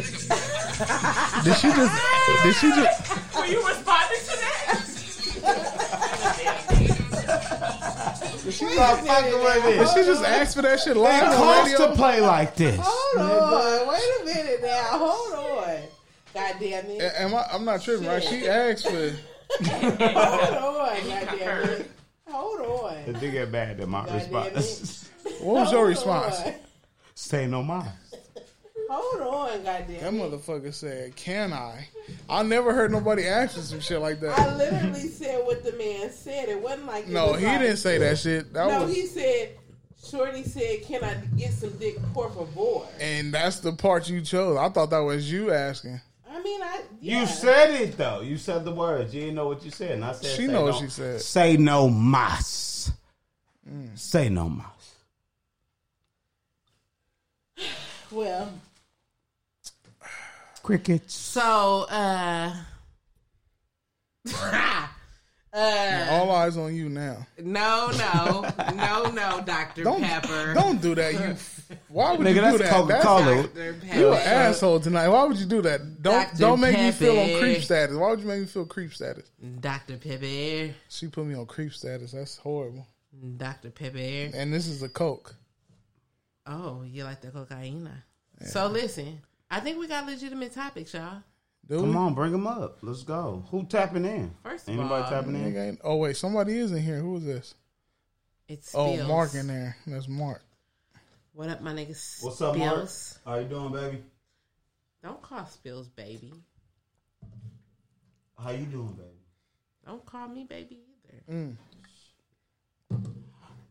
[SPEAKER 2] Did she just? Did she just?
[SPEAKER 3] Were you responding to that?
[SPEAKER 1] She's not fucking with
[SPEAKER 2] Did
[SPEAKER 1] this.
[SPEAKER 2] she just ask for that shit
[SPEAKER 1] It
[SPEAKER 2] live on
[SPEAKER 1] costs
[SPEAKER 2] the
[SPEAKER 1] to
[SPEAKER 2] radio?
[SPEAKER 1] play like this.
[SPEAKER 4] Hold on. Wait a minute now. Hold on.
[SPEAKER 3] God damn it.
[SPEAKER 2] A- Am I? I'm not tripping, right? She asked for.
[SPEAKER 4] Hold on. Goddamn it. Hold on.
[SPEAKER 1] If they get mad at my response,
[SPEAKER 2] What was
[SPEAKER 4] Oh,
[SPEAKER 2] your response?
[SPEAKER 1] say no mas.
[SPEAKER 4] Hold on. Goddamn.
[SPEAKER 2] That motherfucker said, "Can I?" I never heard nobody ask for some shit like that.
[SPEAKER 4] I literally said what the man said. It wasn't like it
[SPEAKER 2] No,
[SPEAKER 4] was
[SPEAKER 2] he
[SPEAKER 4] like-
[SPEAKER 2] didn't say that shit. That
[SPEAKER 4] No,
[SPEAKER 2] was
[SPEAKER 4] he said Shorty said, "Can I get some dick, por favor?"
[SPEAKER 2] And that's the part you chose. I thought that was you asking.
[SPEAKER 4] I mean, I
[SPEAKER 1] You
[SPEAKER 4] yeah.
[SPEAKER 1] said it though. You said the words. You didn't know what you said. And I said,
[SPEAKER 2] She
[SPEAKER 1] say
[SPEAKER 2] know
[SPEAKER 1] no,
[SPEAKER 2] what she said. Mm.
[SPEAKER 1] Say no mas. Say no mas.
[SPEAKER 4] well.
[SPEAKER 1] Crickets.
[SPEAKER 3] So, uh, uh,
[SPEAKER 2] All eyes on you now.
[SPEAKER 3] no, no, no, no, Doctor
[SPEAKER 2] Don't
[SPEAKER 3] Pepper.
[SPEAKER 2] don't do that. You. f- Why would you
[SPEAKER 1] Nigga,
[SPEAKER 2] do
[SPEAKER 1] that's
[SPEAKER 2] that?
[SPEAKER 1] Coca Cola.
[SPEAKER 3] Dr. Pepper.
[SPEAKER 2] You an asshole tonight. Why would you do that? Don't
[SPEAKER 3] Dr.
[SPEAKER 2] don't make me feel on
[SPEAKER 3] Pepe.
[SPEAKER 2] creep status. Why would you make me feel creep status?
[SPEAKER 3] Dr. Pepper.
[SPEAKER 2] She put me on creep status. That's horrible.
[SPEAKER 3] Dr. Pepper.
[SPEAKER 2] And this is a coke.
[SPEAKER 3] Oh, you like the cocaine? So listen, I think we got legitimate topics, y'all.
[SPEAKER 2] Dude.
[SPEAKER 1] Come on, bring them up. Let's go. Who tapping in?
[SPEAKER 3] First of
[SPEAKER 1] Anybody
[SPEAKER 3] all,
[SPEAKER 1] tapping in?
[SPEAKER 2] Nigga ain't- Oh wait, somebody is in here. Who is this?
[SPEAKER 3] It's
[SPEAKER 2] Oh,
[SPEAKER 3] Spills.
[SPEAKER 2] Mark in there. That's Mark.
[SPEAKER 3] What up, my niggas?
[SPEAKER 1] What's up, Mark?
[SPEAKER 3] Spills.
[SPEAKER 1] How you doing, baby?
[SPEAKER 3] Don't call Spills, baby.
[SPEAKER 1] How you doing, baby?
[SPEAKER 3] Don't call me baby either.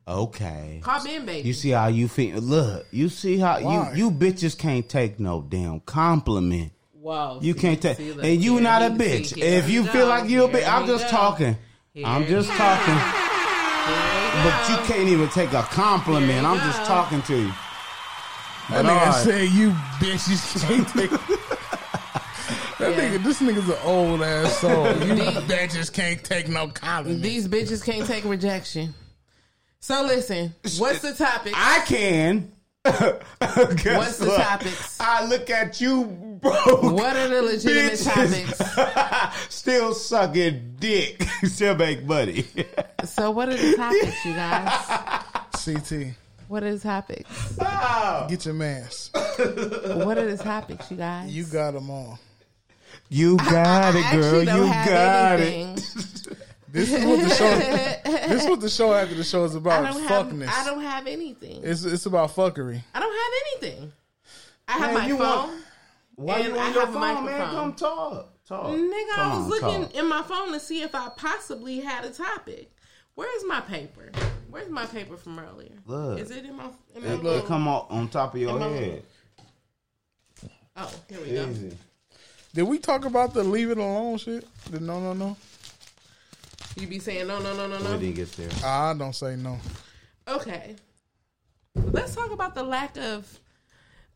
[SPEAKER 1] Okay.
[SPEAKER 3] Call Ben baby.
[SPEAKER 1] You see how you feel? Look, you see how
[SPEAKER 2] Why?
[SPEAKER 1] you you bitches can't take no damn compliment.
[SPEAKER 3] Whoa.
[SPEAKER 1] You
[SPEAKER 3] see,
[SPEAKER 1] can't take,
[SPEAKER 3] see, look,
[SPEAKER 1] and you
[SPEAKER 3] here
[SPEAKER 1] not a
[SPEAKER 3] he-
[SPEAKER 1] bitch.
[SPEAKER 3] see, here
[SPEAKER 1] If
[SPEAKER 3] he
[SPEAKER 1] you feel
[SPEAKER 3] go.
[SPEAKER 1] like you a bitch,
[SPEAKER 3] Here
[SPEAKER 1] I'm
[SPEAKER 3] he
[SPEAKER 1] just
[SPEAKER 3] go.
[SPEAKER 1] talking.
[SPEAKER 3] Here
[SPEAKER 1] I'm
[SPEAKER 3] he
[SPEAKER 1] just
[SPEAKER 3] go.
[SPEAKER 1] talking.
[SPEAKER 3] Here he
[SPEAKER 1] But you
[SPEAKER 3] go.
[SPEAKER 1] can't even take a
[SPEAKER 3] Here
[SPEAKER 1] compliment.
[SPEAKER 3] you
[SPEAKER 1] I'm
[SPEAKER 3] go.
[SPEAKER 1] just talking to you.
[SPEAKER 2] That
[SPEAKER 1] But all
[SPEAKER 2] nigga
[SPEAKER 1] right.
[SPEAKER 2] said you bitches can't take. That nigga, this nigga's an old ass soul. You bitches can't take no comment.
[SPEAKER 3] These bitches can't take rejection. So listen, what's the topic?
[SPEAKER 1] I can.
[SPEAKER 3] What's
[SPEAKER 1] What's
[SPEAKER 3] the topics?
[SPEAKER 1] I look at you, bro.
[SPEAKER 3] What are the legitimate
[SPEAKER 1] topics? Still sucking dick. Still make money.
[SPEAKER 3] So what are the topics, you guys?
[SPEAKER 2] CT,
[SPEAKER 3] What are the topics?
[SPEAKER 2] get your mask.
[SPEAKER 3] What are the topics, you guys?
[SPEAKER 2] You got them all.
[SPEAKER 1] you got it, girl. You got it.
[SPEAKER 2] This is what the show. this is what the show after the show is
[SPEAKER 3] I
[SPEAKER 2] about.
[SPEAKER 3] don't have.
[SPEAKER 2] Fuckness.
[SPEAKER 3] I don't have anything.
[SPEAKER 2] It's it's about fuckery.
[SPEAKER 3] I don't have anything. I have
[SPEAKER 1] Man,
[SPEAKER 3] my
[SPEAKER 1] you
[SPEAKER 3] phone.
[SPEAKER 1] want- Why
[SPEAKER 3] And
[SPEAKER 1] you
[SPEAKER 3] I
[SPEAKER 1] on your
[SPEAKER 3] have a
[SPEAKER 1] phone, man?
[SPEAKER 3] microphone.
[SPEAKER 1] Come talk. Talk.
[SPEAKER 3] Nigga,
[SPEAKER 1] Come
[SPEAKER 3] I was
[SPEAKER 1] on,
[SPEAKER 3] looking
[SPEAKER 1] talk.
[SPEAKER 3] in my phone to see if I possibly had a topic. Where's my paper? Where's my paper from earlier?
[SPEAKER 1] Look.
[SPEAKER 3] Is it in my? In my
[SPEAKER 1] It,
[SPEAKER 3] little-
[SPEAKER 1] it come on, on top of your
[SPEAKER 3] Am I-
[SPEAKER 1] head.
[SPEAKER 3] oh, here we go.
[SPEAKER 1] Easy.
[SPEAKER 2] Did we talk about the leave it alone shit? The no no no.
[SPEAKER 3] You be saying no, no, no, no,
[SPEAKER 1] We
[SPEAKER 3] no.
[SPEAKER 1] didn't get there.
[SPEAKER 2] I Ah, don't say no.
[SPEAKER 3] Okay, let's talk about the lack of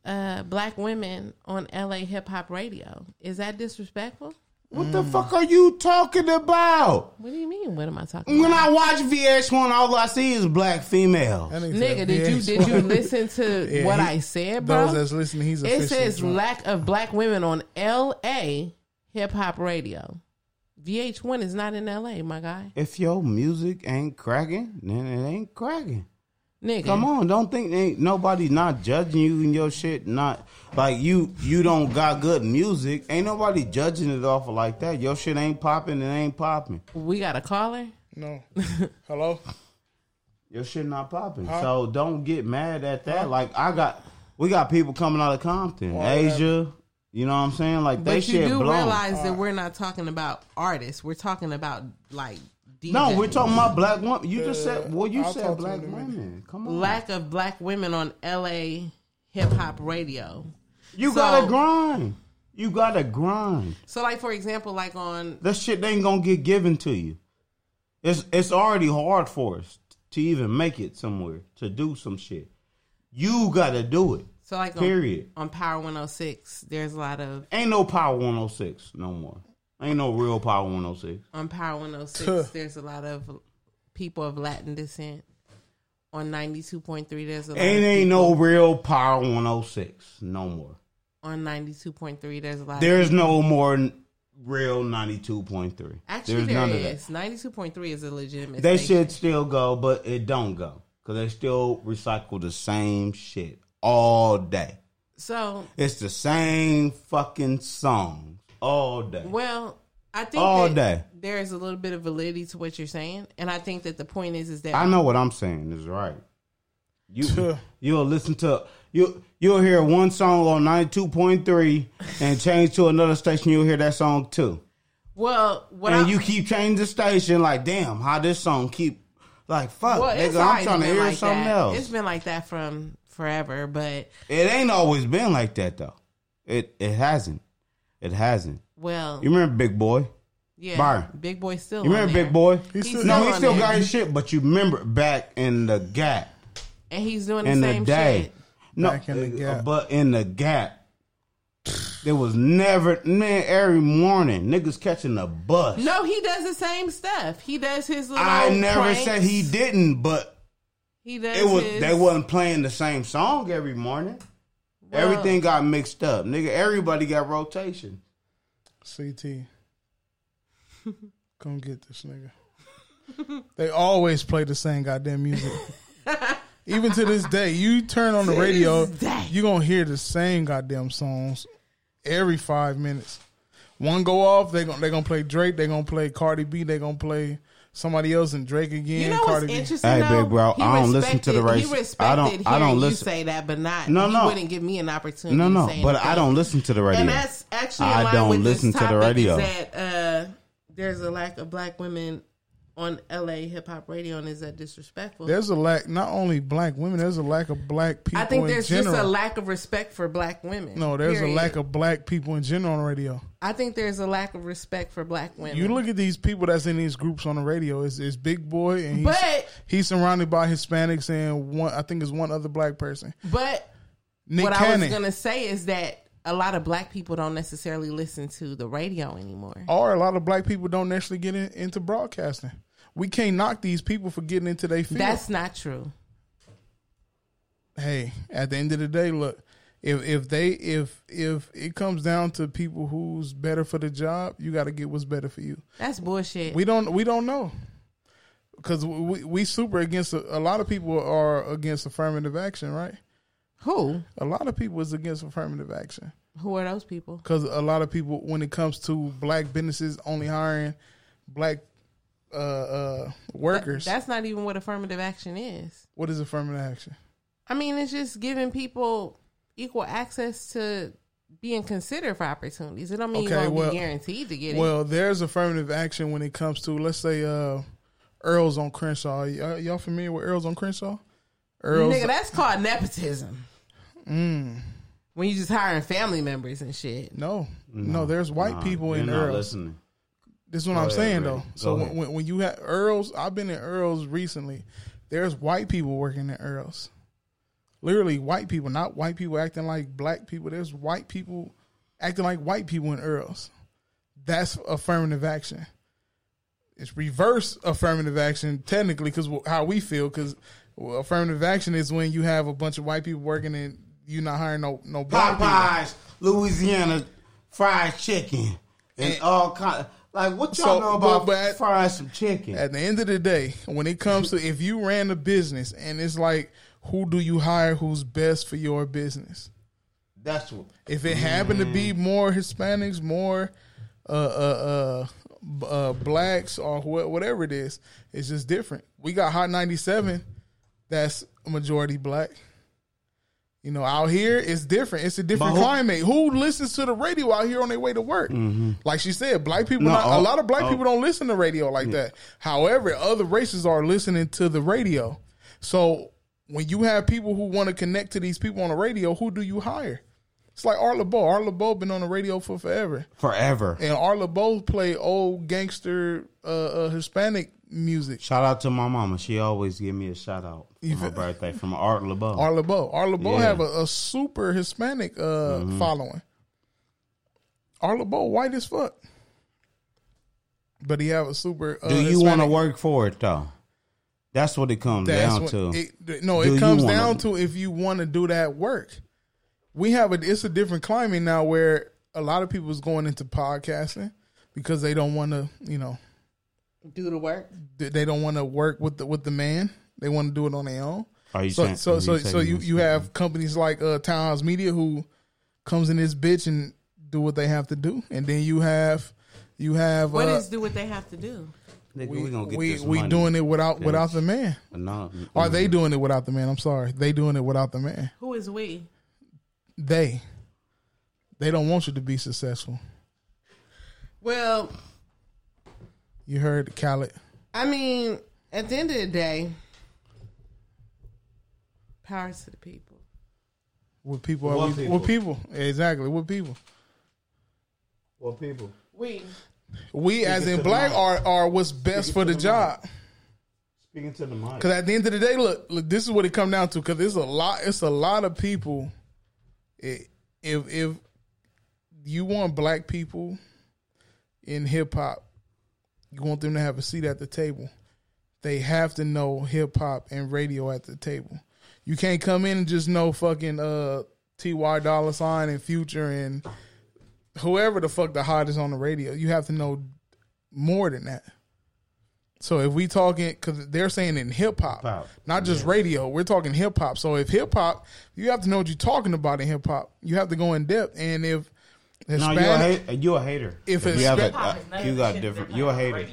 [SPEAKER 3] uh, black women on LA hip hop radio. Is that disrespectful?
[SPEAKER 1] What the fuck are you talking about?
[SPEAKER 3] What do you mean? What am I talking
[SPEAKER 1] When
[SPEAKER 3] about?
[SPEAKER 1] I watch VH1, all I see is black females.
[SPEAKER 2] That
[SPEAKER 3] Nigga,
[SPEAKER 2] said
[SPEAKER 3] did you
[SPEAKER 2] VH1.
[SPEAKER 3] did you listen to
[SPEAKER 2] Yeah,
[SPEAKER 3] what
[SPEAKER 2] he-
[SPEAKER 3] I said, bro?
[SPEAKER 2] Those that's listening, he's
[SPEAKER 3] It
[SPEAKER 2] officially
[SPEAKER 3] says
[SPEAKER 2] drunk.
[SPEAKER 3] lack of black women on LA hip hop radio. VH1 is not in LA, my guy.
[SPEAKER 1] If your music ain't cracking, then it ain't cracking.
[SPEAKER 3] Nigga.
[SPEAKER 1] Come on, don't think ain't nobody not judging you and your shit not like you you don't got good music. Ain't nobody judging it off of like that. Your shit ain't popping, it ain't popping.
[SPEAKER 3] We got a caller.
[SPEAKER 2] No. Hello.
[SPEAKER 1] Your shit not popping. So don't get mad at that. Like I got we got people coming out of Compton, Asia, you know what I'm saying? Like they
[SPEAKER 3] But you
[SPEAKER 1] shit
[SPEAKER 3] do
[SPEAKER 1] blown.
[SPEAKER 3] realize that we're not talking about artists. We're talking about like DJs.
[SPEAKER 1] no, we're talking about black women. You just said well you
[SPEAKER 2] I'll
[SPEAKER 1] said
[SPEAKER 2] talk to
[SPEAKER 1] black
[SPEAKER 2] you in a minute.
[SPEAKER 1] women. Come on.
[SPEAKER 3] lack of black women on LA hip hop radio.
[SPEAKER 1] You
[SPEAKER 3] So-
[SPEAKER 1] gotta grind. You gotta grind.
[SPEAKER 3] So like for example, like on
[SPEAKER 1] That shit ain't gonna get given to you. It's it's already hard for us to even make it somewhere to do some shit. You gotta do it.
[SPEAKER 3] so like on,
[SPEAKER 1] Period.
[SPEAKER 3] on Power 106, there's a lot of
[SPEAKER 1] Ain't no Power 106 no more. Ain't no real Power 106.
[SPEAKER 3] on Power 106, there's a lot of people of Latin descent. On 92.3, there's a lot
[SPEAKER 1] Ain't
[SPEAKER 3] of
[SPEAKER 1] ain't
[SPEAKER 3] people-
[SPEAKER 1] no real Power 106 no more.
[SPEAKER 3] on 92.3, there's a lot of
[SPEAKER 1] There's no more n- real 92.3.
[SPEAKER 3] Actually,
[SPEAKER 1] There's
[SPEAKER 3] there
[SPEAKER 1] none of that.
[SPEAKER 3] is. 92.3 is a legitimate
[SPEAKER 1] They
[SPEAKER 3] station.
[SPEAKER 1] should still go, but it don't go because they still recycle the same shit all day.
[SPEAKER 3] So,
[SPEAKER 1] It's the same fucking songs all day.
[SPEAKER 3] well, I think
[SPEAKER 1] All
[SPEAKER 3] that
[SPEAKER 1] day.
[SPEAKER 3] there is a little bit of validity to what you're saying. And I think that the point is, is that
[SPEAKER 1] I know what I'm saying is right. You
[SPEAKER 2] Tuh.
[SPEAKER 1] you'll listen to you you'll hear one song on ninety two point three and change to another station. You'll hear that song too,
[SPEAKER 3] well, what
[SPEAKER 1] and
[SPEAKER 3] I,
[SPEAKER 1] you keep changing the station. Like damn, how this song keep Like fuck,
[SPEAKER 3] Well, it's
[SPEAKER 1] nigga, I'm
[SPEAKER 3] always
[SPEAKER 1] trying to
[SPEAKER 3] been
[SPEAKER 1] hear
[SPEAKER 3] like
[SPEAKER 1] something
[SPEAKER 3] that.
[SPEAKER 1] else.
[SPEAKER 3] It's been like that from forever, but
[SPEAKER 1] It ain't always been like that though. It it hasn't. It hasn't.
[SPEAKER 3] well,
[SPEAKER 1] You remember Big Boy?
[SPEAKER 3] yeah,
[SPEAKER 1] Byron.
[SPEAKER 3] Big Boy still.
[SPEAKER 1] You
[SPEAKER 3] on
[SPEAKER 1] remember
[SPEAKER 3] there.
[SPEAKER 1] Big Boy?
[SPEAKER 2] He's still-
[SPEAKER 1] no,
[SPEAKER 3] still
[SPEAKER 1] he
[SPEAKER 3] on
[SPEAKER 1] still
[SPEAKER 3] there.
[SPEAKER 1] got his shit, but you remember back in the gap
[SPEAKER 3] and he's doing the
[SPEAKER 1] in the
[SPEAKER 3] same
[SPEAKER 1] day.
[SPEAKER 3] shit.
[SPEAKER 1] No, uh,
[SPEAKER 2] Back in the Gap.
[SPEAKER 1] but in the gap. There was never man every morning niggas catching a bus.
[SPEAKER 3] No, he does the same stuff. He does his little.
[SPEAKER 1] I never
[SPEAKER 3] pranks.
[SPEAKER 1] said he didn't, but
[SPEAKER 3] He does.
[SPEAKER 1] it was
[SPEAKER 3] his,
[SPEAKER 1] they wasn't playing the same song every morning.
[SPEAKER 3] Well-
[SPEAKER 1] Everything got mixed up, nigga. Everybody got rotation.
[SPEAKER 2] CT. Come get this nigga. They always play the same goddamn music. Even to this day, you turn on the radio,
[SPEAKER 3] day.
[SPEAKER 2] you're gonna hear the same goddamn songs every five minutes. One go off, they gonna they gonna play Drake, they gonna play Cardi B, they gonna play somebody else and Drake again.
[SPEAKER 3] You know what's
[SPEAKER 2] Cardi B.
[SPEAKER 3] interesting?
[SPEAKER 1] Hey,
[SPEAKER 3] though?
[SPEAKER 1] big bro,
[SPEAKER 3] He
[SPEAKER 1] I don't listen to the
[SPEAKER 3] respected-
[SPEAKER 1] race-
[SPEAKER 3] He respected
[SPEAKER 1] I don't- I
[SPEAKER 3] hearing
[SPEAKER 1] don't
[SPEAKER 3] you
[SPEAKER 1] listen.
[SPEAKER 3] say that, but not.
[SPEAKER 1] No,
[SPEAKER 3] No,
[SPEAKER 1] no.
[SPEAKER 3] no. You wouldn't give me an opportunity.
[SPEAKER 1] No, no,
[SPEAKER 3] saying
[SPEAKER 1] but
[SPEAKER 3] anything.
[SPEAKER 1] I don't listen to the radio.
[SPEAKER 3] And that's actually in
[SPEAKER 1] I
[SPEAKER 3] line
[SPEAKER 1] don't
[SPEAKER 3] with
[SPEAKER 1] listen to
[SPEAKER 3] this
[SPEAKER 1] the
[SPEAKER 3] topic
[SPEAKER 1] radio.
[SPEAKER 3] Is that uh, there's a lack of black women on LA hip hop radio, and is that disrespectful?
[SPEAKER 2] There's a lack not only black women, there's a lack of black people.
[SPEAKER 3] I think
[SPEAKER 2] in
[SPEAKER 3] there's
[SPEAKER 2] general.
[SPEAKER 3] just a lack of respect for black women.
[SPEAKER 2] No, there's
[SPEAKER 3] period.
[SPEAKER 2] a lack of black people in general on the radio.
[SPEAKER 3] I think there's a lack of respect for black women.
[SPEAKER 2] You look at these people that's in these groups on the radio. It's, it's Big Boy, and he's,
[SPEAKER 3] But-
[SPEAKER 2] he's surrounded by Hispanics and one. I think it's one other black person.
[SPEAKER 3] but
[SPEAKER 2] Nick
[SPEAKER 3] what I was
[SPEAKER 2] Cannon
[SPEAKER 3] gonna say is that a lot of black people don't necessarily listen to the radio anymore.
[SPEAKER 2] or a lot of black people don't naturally get in, into broadcasting. We can't knock these people for getting into their field.
[SPEAKER 3] That's not true.
[SPEAKER 2] hey, at the end of the day, look, if if they if if it comes down to people who's better for the job, you got to get what's better for you.
[SPEAKER 3] That's bullshit.
[SPEAKER 2] We don't we don't know because we we super against a, a lot of people are against affirmative action, right?
[SPEAKER 3] Who?
[SPEAKER 2] A lot of people is against affirmative action
[SPEAKER 3] Who are those people?
[SPEAKER 2] because a lot of people, when it comes to black businesses only hiring black uh, uh, workers,
[SPEAKER 3] That's not even what affirmative action is.
[SPEAKER 2] what is affirmative action?
[SPEAKER 3] I mean, it's just giving people equal access to being considered for opportunities. It don't mean
[SPEAKER 2] Okay,
[SPEAKER 3] you're gonna
[SPEAKER 2] well-
[SPEAKER 3] be guaranteed to get
[SPEAKER 2] Well, there's affirmative action when it comes to, let's say, uh, Earls on Crenshaw. Y- uh, y'all familiar with Earls on Crenshaw?
[SPEAKER 3] it.
[SPEAKER 2] Earls,
[SPEAKER 3] Nigga, that's called nepotism.
[SPEAKER 2] Mm.
[SPEAKER 3] When you just hiring family members and shit.
[SPEAKER 2] no, no, there's white
[SPEAKER 1] Nah,
[SPEAKER 2] people
[SPEAKER 1] you're
[SPEAKER 2] in
[SPEAKER 1] not
[SPEAKER 2] Earls.
[SPEAKER 1] listening.
[SPEAKER 2] This is what I'm
[SPEAKER 1] ahead,
[SPEAKER 2] saying
[SPEAKER 1] Ray.
[SPEAKER 2] though.
[SPEAKER 1] Go
[SPEAKER 2] so
[SPEAKER 1] ahead.
[SPEAKER 2] when, when when you had Earls, I've been in Earls recently. There's white people working in Earls. Literally white people, not white people acting like black people. There's white people acting like white people in Earls. That's affirmative action. It's reverse affirmative action technically because how we feel because affirmative action is when you have a bunch of white people working and you're not hiring no no black people.
[SPEAKER 1] Popeyes, Louisiana fried chicken, and, all kind. Like what
[SPEAKER 2] So,
[SPEAKER 1] y'all know about
[SPEAKER 2] but- but-
[SPEAKER 1] frying some chicken?
[SPEAKER 2] At the end of the day, when it comes to if you ran a business and it's like, who do you hire who's best for your business?
[SPEAKER 1] That's what.
[SPEAKER 2] If it happened to be
[SPEAKER 1] Mm.
[SPEAKER 2] more Hispanics, more uh, uh, uh, b- uh, blacks, or wh- whatever it is, it's just different. We got Hot 97, that's majority black. You know, out here it's different. It's a different
[SPEAKER 1] But who-
[SPEAKER 2] climate. Who listens to the radio out here on their way to work?
[SPEAKER 1] Mm-hmm.
[SPEAKER 2] Like she said, black people.
[SPEAKER 1] No,
[SPEAKER 2] not, a
[SPEAKER 1] oh,
[SPEAKER 2] lot of black
[SPEAKER 1] oh. Hmm.
[SPEAKER 2] people don't listen to radio like that. However, other races are listening to the radio. So when you have people who want to connect to these people on the radio, who do you hire? It's like Art LeBeau. Art LeBeau been on the radio for forever,
[SPEAKER 1] Forever.
[SPEAKER 2] and Art LeBeau play old gangster uh, uh, Hispanic music.
[SPEAKER 1] Shout out to my mama. She always give me a shout out for my birthday from Art LeBeau.
[SPEAKER 2] Art LeBeau. Art LeBeau
[SPEAKER 1] Yeah.
[SPEAKER 2] have
[SPEAKER 1] Mm-hmm.
[SPEAKER 2] a, a super Hispanic uh, following. Art LeBeau white as fuck, but he have a super. Uh,
[SPEAKER 1] Do you want to
[SPEAKER 2] Hispanic-
[SPEAKER 1] work for it though? That's what it comes
[SPEAKER 2] That's
[SPEAKER 1] down
[SPEAKER 2] what-
[SPEAKER 1] to.
[SPEAKER 2] It, no,
[SPEAKER 1] Do
[SPEAKER 2] it
[SPEAKER 1] you
[SPEAKER 2] comes
[SPEAKER 1] wanna-
[SPEAKER 2] down to if you want to do that work. We have a it's a different climate now where a lot of people is going into podcasting because they don't want to you know
[SPEAKER 3] Do the work.
[SPEAKER 2] th- they don't want to work with the with the man. They want to do it on their own.
[SPEAKER 1] Are you
[SPEAKER 2] so
[SPEAKER 1] saying-
[SPEAKER 2] so
[SPEAKER 1] are
[SPEAKER 2] so
[SPEAKER 1] you
[SPEAKER 2] so
[SPEAKER 1] saying
[SPEAKER 2] you,
[SPEAKER 1] this?
[SPEAKER 2] you have companies like uh, Townhouse Media who comes in this bitch and do what they have to do, and then you have you have
[SPEAKER 3] What
[SPEAKER 2] uh,
[SPEAKER 3] is do what they have to do?
[SPEAKER 1] Nigga,
[SPEAKER 2] we
[SPEAKER 1] we, gonna get
[SPEAKER 2] we,
[SPEAKER 1] this
[SPEAKER 2] we
[SPEAKER 1] money. Mm-hmm.
[SPEAKER 2] doing it without without the man.
[SPEAKER 1] No,
[SPEAKER 2] Are they doing it without the man? I'm sorry, they doing it without the man.
[SPEAKER 3] Who is we?
[SPEAKER 2] They they don't want you to be successful.
[SPEAKER 3] Well,
[SPEAKER 2] You heard Khaled.
[SPEAKER 3] I mean, At the end of the day, powers to the people.
[SPEAKER 2] What people are
[SPEAKER 1] What
[SPEAKER 2] we?
[SPEAKER 1] people?
[SPEAKER 2] What people? Exactly. What people?
[SPEAKER 1] Well, people.
[SPEAKER 3] We
[SPEAKER 2] We as
[SPEAKER 1] it
[SPEAKER 2] in
[SPEAKER 1] to
[SPEAKER 2] black
[SPEAKER 1] the
[SPEAKER 2] are are what's best
[SPEAKER 1] it
[SPEAKER 2] for
[SPEAKER 1] to
[SPEAKER 2] the
[SPEAKER 1] the
[SPEAKER 2] job.
[SPEAKER 1] Speaking to the mind.
[SPEAKER 2] Because at the end of the day, look, look, this is what it come down to. Because it's a lot. It's a lot of people. It, if if you want black people in hip hop, you want them to have a seat at the table. They have to know hip hop and radio at the table. You can't come in and just know fucking uh Ty Dollar Sign and Future and whoever the fuck the hottest on the radio. You have to know more than that. So if we talking, because they're saying in hip hop,
[SPEAKER 1] Hip-hop.
[SPEAKER 2] not just radio, we're talking hip hop. So if hip hop, you have to know what you're talking about in hip hop. You have to go in depth. And if
[SPEAKER 1] No,
[SPEAKER 2] Hispanic,
[SPEAKER 1] you're a, hate, you a hater.
[SPEAKER 2] If it's
[SPEAKER 1] you have a,
[SPEAKER 2] Hip-hop
[SPEAKER 1] uh, you got different. You're a hater.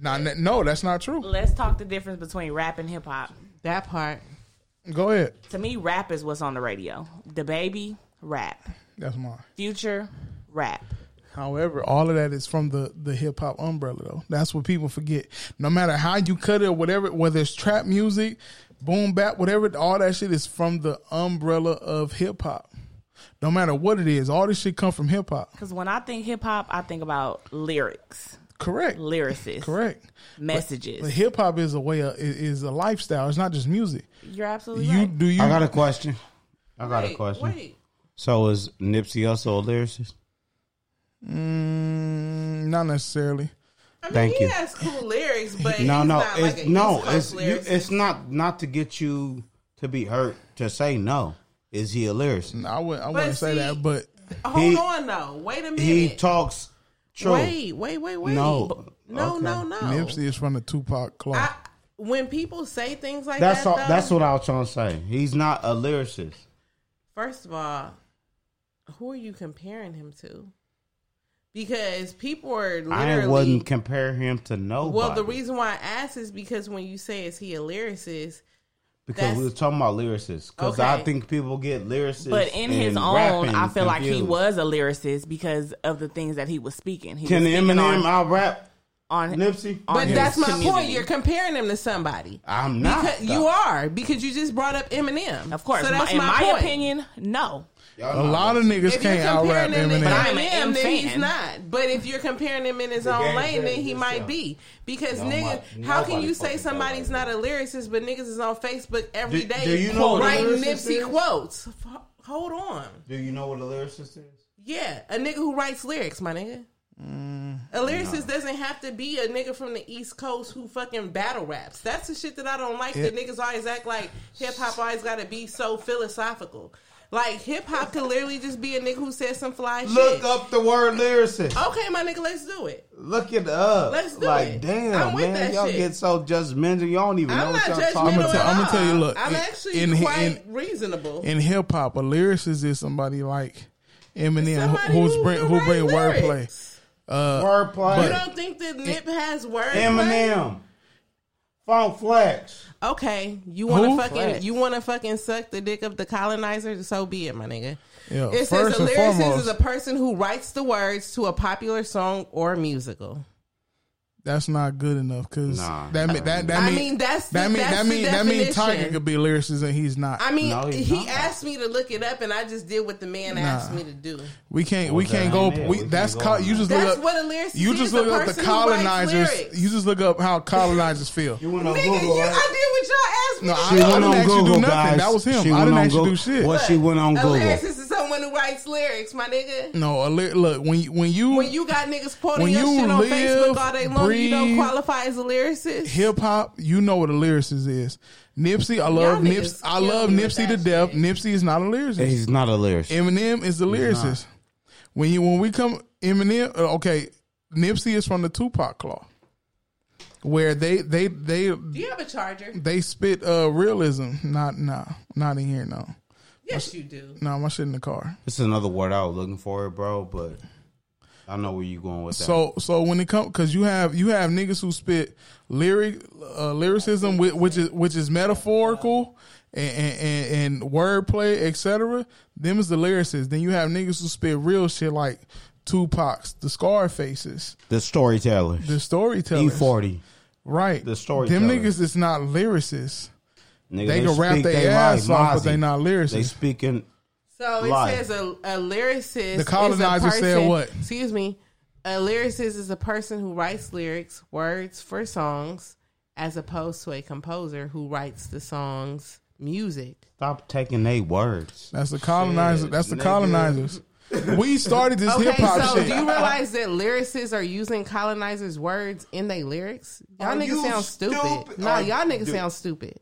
[SPEAKER 2] Nah, n- no, that's not true.
[SPEAKER 7] Let's talk the difference between rap and hip hop.
[SPEAKER 3] that part.
[SPEAKER 2] Go ahead.
[SPEAKER 7] To me, rap is what's on the radio. The baby, rap.
[SPEAKER 2] That's mine.
[SPEAKER 7] Future, rap.
[SPEAKER 2] However, all of that is from the the hip hop umbrella though. That's what people forget. No matter how you cut it or whatever, whether it's trap music, boom bap, whatever, all that shit is from the umbrella of hip hop. No matter what it is, all this shit come from hip hop.
[SPEAKER 7] Because when I think hip hop, I think about lyrics,
[SPEAKER 2] Correct.
[SPEAKER 7] lyricists,
[SPEAKER 2] Correct.
[SPEAKER 7] messages.
[SPEAKER 2] But hip hop is a way of, i- is a lifestyle. It's not just music.
[SPEAKER 7] You're absolutely
[SPEAKER 2] You
[SPEAKER 7] right.
[SPEAKER 2] do you
[SPEAKER 1] I got a question. I got a
[SPEAKER 3] Wait,
[SPEAKER 1] question.
[SPEAKER 3] wait.
[SPEAKER 1] So is Nipsey Hussle a lyricist?
[SPEAKER 2] Mm, not necessarily.
[SPEAKER 3] I mean,
[SPEAKER 1] Thank
[SPEAKER 3] he
[SPEAKER 1] you.
[SPEAKER 3] has cool lyrics, but
[SPEAKER 1] no,
[SPEAKER 3] he's
[SPEAKER 1] no,
[SPEAKER 3] not
[SPEAKER 1] it's,
[SPEAKER 3] like a
[SPEAKER 1] no,
[SPEAKER 3] East Coast
[SPEAKER 1] it's you,
[SPEAKER 3] lyricist.
[SPEAKER 1] it's not not to get you to be hurt to say no. Is he a lyricist?
[SPEAKER 2] I would I wouldn't say
[SPEAKER 3] see,
[SPEAKER 2] that, but
[SPEAKER 3] Hold
[SPEAKER 1] he-
[SPEAKER 3] on, though. Wait a minute.
[SPEAKER 1] He talks true.
[SPEAKER 3] Wait, wait, wait, wait.
[SPEAKER 1] No.
[SPEAKER 3] no,
[SPEAKER 1] Okay.
[SPEAKER 3] no, no.
[SPEAKER 2] Nipsey is from the Tupac club.
[SPEAKER 3] I, when people say things like
[SPEAKER 1] That's
[SPEAKER 3] that,
[SPEAKER 1] all,
[SPEAKER 3] though,
[SPEAKER 1] that's what I was trying to say. He's not a lyricist.
[SPEAKER 3] First of all, who are you comparing him to? Because people are literally.
[SPEAKER 1] I wouldn't compare him to nobody.
[SPEAKER 3] well, the reason why I asked is because when you say is he a lyricist,
[SPEAKER 1] because we were talking about lyricists. Because
[SPEAKER 3] Okay.
[SPEAKER 1] I think people get lyricists,
[SPEAKER 7] but in his
[SPEAKER 1] and
[SPEAKER 7] own,
[SPEAKER 1] rapping
[SPEAKER 7] I feel like he
[SPEAKER 1] confused.
[SPEAKER 7] was a lyricist because of the things that he was speaking. He
[SPEAKER 1] Can
[SPEAKER 7] was speaking
[SPEAKER 1] Eminem
[SPEAKER 7] on,
[SPEAKER 1] out rap
[SPEAKER 7] on
[SPEAKER 1] Nipsey?
[SPEAKER 7] on
[SPEAKER 3] but
[SPEAKER 7] his
[SPEAKER 3] that's my point.
[SPEAKER 7] community.
[SPEAKER 3] You're comparing him to somebody.
[SPEAKER 1] I'm not.
[SPEAKER 3] Because you are because you just brought up Eminem.
[SPEAKER 7] Of course,
[SPEAKER 3] so
[SPEAKER 7] my,
[SPEAKER 3] that's
[SPEAKER 7] in my,
[SPEAKER 3] point.
[SPEAKER 7] opinion, no.
[SPEAKER 1] Y'all
[SPEAKER 2] a
[SPEAKER 1] not
[SPEAKER 2] lot of niggas
[SPEAKER 3] If you're
[SPEAKER 2] can't out rap
[SPEAKER 3] comparing him to
[SPEAKER 2] Eminem.
[SPEAKER 7] But I
[SPEAKER 3] Eminem,
[SPEAKER 7] am an
[SPEAKER 3] then
[SPEAKER 7] M
[SPEAKER 3] he's
[SPEAKER 7] fan.
[SPEAKER 3] not. But if you're comparing him in his
[SPEAKER 1] The
[SPEAKER 3] own
[SPEAKER 1] game
[SPEAKER 3] lane, then
[SPEAKER 1] says
[SPEAKER 3] he
[SPEAKER 1] this,
[SPEAKER 3] might
[SPEAKER 1] yeah.
[SPEAKER 3] be. Because
[SPEAKER 1] No,
[SPEAKER 3] niggas,
[SPEAKER 1] my-
[SPEAKER 3] how can
[SPEAKER 1] nobody
[SPEAKER 3] you say
[SPEAKER 1] fucking
[SPEAKER 3] somebody's
[SPEAKER 1] nobody.
[SPEAKER 3] not a lyricist, but niggas is on Facebook every
[SPEAKER 1] Do-
[SPEAKER 3] day
[SPEAKER 1] do you know what a
[SPEAKER 3] writing
[SPEAKER 1] lyricist
[SPEAKER 3] Nipsey
[SPEAKER 1] is?
[SPEAKER 3] quotes? F- Hold on.
[SPEAKER 1] Do you know what a lyricist is?
[SPEAKER 3] Yeah, a nigga who writes lyrics, my nigga.
[SPEAKER 2] Mm,
[SPEAKER 3] a lyricist doesn't have to be a nigga from the East Coast who fucking battle raps. That's the shit that I don't like. That niggas always act like hip hop always got to be so philosophical. Like hip hop could literally just be a nigga who says some fly
[SPEAKER 1] Look
[SPEAKER 3] shit.
[SPEAKER 1] up the word lyricist.
[SPEAKER 3] Okay, my nigga, let's do it.
[SPEAKER 1] Look it up.
[SPEAKER 3] Let's do
[SPEAKER 1] like,
[SPEAKER 3] it.
[SPEAKER 1] damn,
[SPEAKER 3] I'm with
[SPEAKER 1] man,
[SPEAKER 3] that
[SPEAKER 1] y'all
[SPEAKER 3] shit.
[SPEAKER 1] get so judgmental. Y'all don't even
[SPEAKER 3] I'm not
[SPEAKER 1] know what y'all
[SPEAKER 3] judgmental
[SPEAKER 1] talking
[SPEAKER 2] I'ma
[SPEAKER 1] about.
[SPEAKER 2] tell-
[SPEAKER 3] at
[SPEAKER 2] I'ma
[SPEAKER 3] all.
[SPEAKER 2] tell you, look,
[SPEAKER 3] I'm
[SPEAKER 2] in-
[SPEAKER 3] actually
[SPEAKER 2] in-
[SPEAKER 3] quite
[SPEAKER 2] in-
[SPEAKER 3] reasonable.
[SPEAKER 2] in hip hop, a lyricist is somebody like Eminem who,
[SPEAKER 3] Somebody
[SPEAKER 2] who's
[SPEAKER 3] who
[SPEAKER 2] bring,
[SPEAKER 3] can
[SPEAKER 2] who
[SPEAKER 3] write
[SPEAKER 2] bring wordplay.
[SPEAKER 3] lyrics. You
[SPEAKER 1] Wordplay.
[SPEAKER 3] don't think that Nip has words?
[SPEAKER 1] Eminem. Funk Flex.
[SPEAKER 3] Okay, you
[SPEAKER 2] Who?
[SPEAKER 3] want to fucking you want to fucking suck the dick of the colonizer? So be it, my nigga.
[SPEAKER 2] Yeah,
[SPEAKER 3] It says
[SPEAKER 2] first
[SPEAKER 3] a
[SPEAKER 2] and
[SPEAKER 3] lyricist
[SPEAKER 2] foremost,
[SPEAKER 3] is a person who writes the words to a popular song or musical.
[SPEAKER 2] that's not good enough because
[SPEAKER 1] Nah.
[SPEAKER 2] that mean that that
[SPEAKER 3] I
[SPEAKER 2] mean,
[SPEAKER 3] mean, that's the-
[SPEAKER 2] that mean
[SPEAKER 3] that's
[SPEAKER 2] that
[SPEAKER 3] the
[SPEAKER 2] mean that mean Tiger
[SPEAKER 3] definition.
[SPEAKER 2] could be a lyricist and he's not.
[SPEAKER 3] I mean,
[SPEAKER 1] No, he's
[SPEAKER 3] he
[SPEAKER 1] not.
[SPEAKER 3] asked me to look it up, and I just did what the man asked me to do.
[SPEAKER 2] we can't we
[SPEAKER 1] that
[SPEAKER 2] can't
[SPEAKER 1] ain't
[SPEAKER 2] go.
[SPEAKER 1] it.
[SPEAKER 2] We,
[SPEAKER 1] We can't
[SPEAKER 2] that's
[SPEAKER 1] go
[SPEAKER 2] co-
[SPEAKER 1] on
[SPEAKER 2] you
[SPEAKER 1] that.
[SPEAKER 2] just
[SPEAKER 3] That's
[SPEAKER 2] look
[SPEAKER 3] what a
[SPEAKER 2] up.
[SPEAKER 3] lyricist
[SPEAKER 2] You
[SPEAKER 3] is,
[SPEAKER 2] just
[SPEAKER 3] a
[SPEAKER 2] look up the
[SPEAKER 3] person who writes
[SPEAKER 2] colonizers.
[SPEAKER 3] lyrics.
[SPEAKER 2] You just look up how colonizers feel.
[SPEAKER 1] You went on
[SPEAKER 3] Nigga, you,
[SPEAKER 1] Google, right?
[SPEAKER 3] I did what y'all
[SPEAKER 2] No,
[SPEAKER 3] asked
[SPEAKER 2] I- She
[SPEAKER 3] me. to do.
[SPEAKER 2] went didn't on actually do Google, nothing. guys. That was him. She I went didn't on actually do Google. shit.
[SPEAKER 1] Well, she went on
[SPEAKER 3] a
[SPEAKER 1] Google.
[SPEAKER 3] lyricist is someone who writes lyrics, my nigga.
[SPEAKER 2] No, a ly- look when you- when you
[SPEAKER 3] When you got niggas quoting
[SPEAKER 2] Mm. When
[SPEAKER 3] your
[SPEAKER 2] you
[SPEAKER 3] shit on
[SPEAKER 2] live,
[SPEAKER 3] Facebook all day long, you don't
[SPEAKER 2] breathe,
[SPEAKER 3] qualify as a lyricist.
[SPEAKER 2] hip hop, you know what a lyricist is. Nipsey, I love
[SPEAKER 3] niggas
[SPEAKER 2] Nipsey. I
[SPEAKER 3] killed
[SPEAKER 2] love
[SPEAKER 3] me with
[SPEAKER 2] Nipsey to
[SPEAKER 3] that
[SPEAKER 2] death.
[SPEAKER 3] shit.
[SPEAKER 2] Nipsey is not a lyricist.
[SPEAKER 1] He's not a lyricist.
[SPEAKER 2] Eminem is the lyricist. When you when we come Eminem, uh, okay, Nipsey is from the Tupac Claw, where they they they
[SPEAKER 3] Do you have a charger?
[SPEAKER 2] they spit uh realism. Not nah, not in here. No,
[SPEAKER 3] Yes, you do.
[SPEAKER 2] no, my shit in the car.
[SPEAKER 1] It's another word I was looking for, bro, but I know where you going with that.
[SPEAKER 2] So so when it comes because you have you have niggas who spit lyric uh, lyricism which, which is which is metaphorical and and, and, and wordplay etc. Them is the lyricists. Then you have niggas who spit real shit like Tupac's, the Scarfaces,
[SPEAKER 1] the storytellers.
[SPEAKER 2] the storytellers.
[SPEAKER 1] E40.
[SPEAKER 2] Right.
[SPEAKER 1] The storyteller.
[SPEAKER 2] Them niggas is not lyricists.
[SPEAKER 1] Nigga,
[SPEAKER 2] They can rap
[SPEAKER 1] speak
[SPEAKER 2] their ass off, but they not lyricists.
[SPEAKER 1] They speaking.
[SPEAKER 3] So it
[SPEAKER 1] Lie.
[SPEAKER 3] says a, a lyricist.
[SPEAKER 2] The colonizer
[SPEAKER 3] is a
[SPEAKER 2] said
[SPEAKER 3] person-
[SPEAKER 2] what?
[SPEAKER 3] Excuse me. A lyricist is a person who writes lyrics, words for songs, as opposed to a composer who writes the songs music.
[SPEAKER 1] Stop taking they words.
[SPEAKER 2] That's the colonizer. That's the
[SPEAKER 1] nigga.
[SPEAKER 2] colonizers. We started this
[SPEAKER 3] Okay,
[SPEAKER 2] hip hop
[SPEAKER 3] so
[SPEAKER 2] shit.
[SPEAKER 3] do you realize that lyricists are using colonizers' words in their lyrics? Y'all
[SPEAKER 1] Are you
[SPEAKER 3] niggas sound stupid.
[SPEAKER 1] stupid?
[SPEAKER 3] No,
[SPEAKER 1] Are-
[SPEAKER 3] y'all niggas
[SPEAKER 1] dude.
[SPEAKER 3] sound stupid.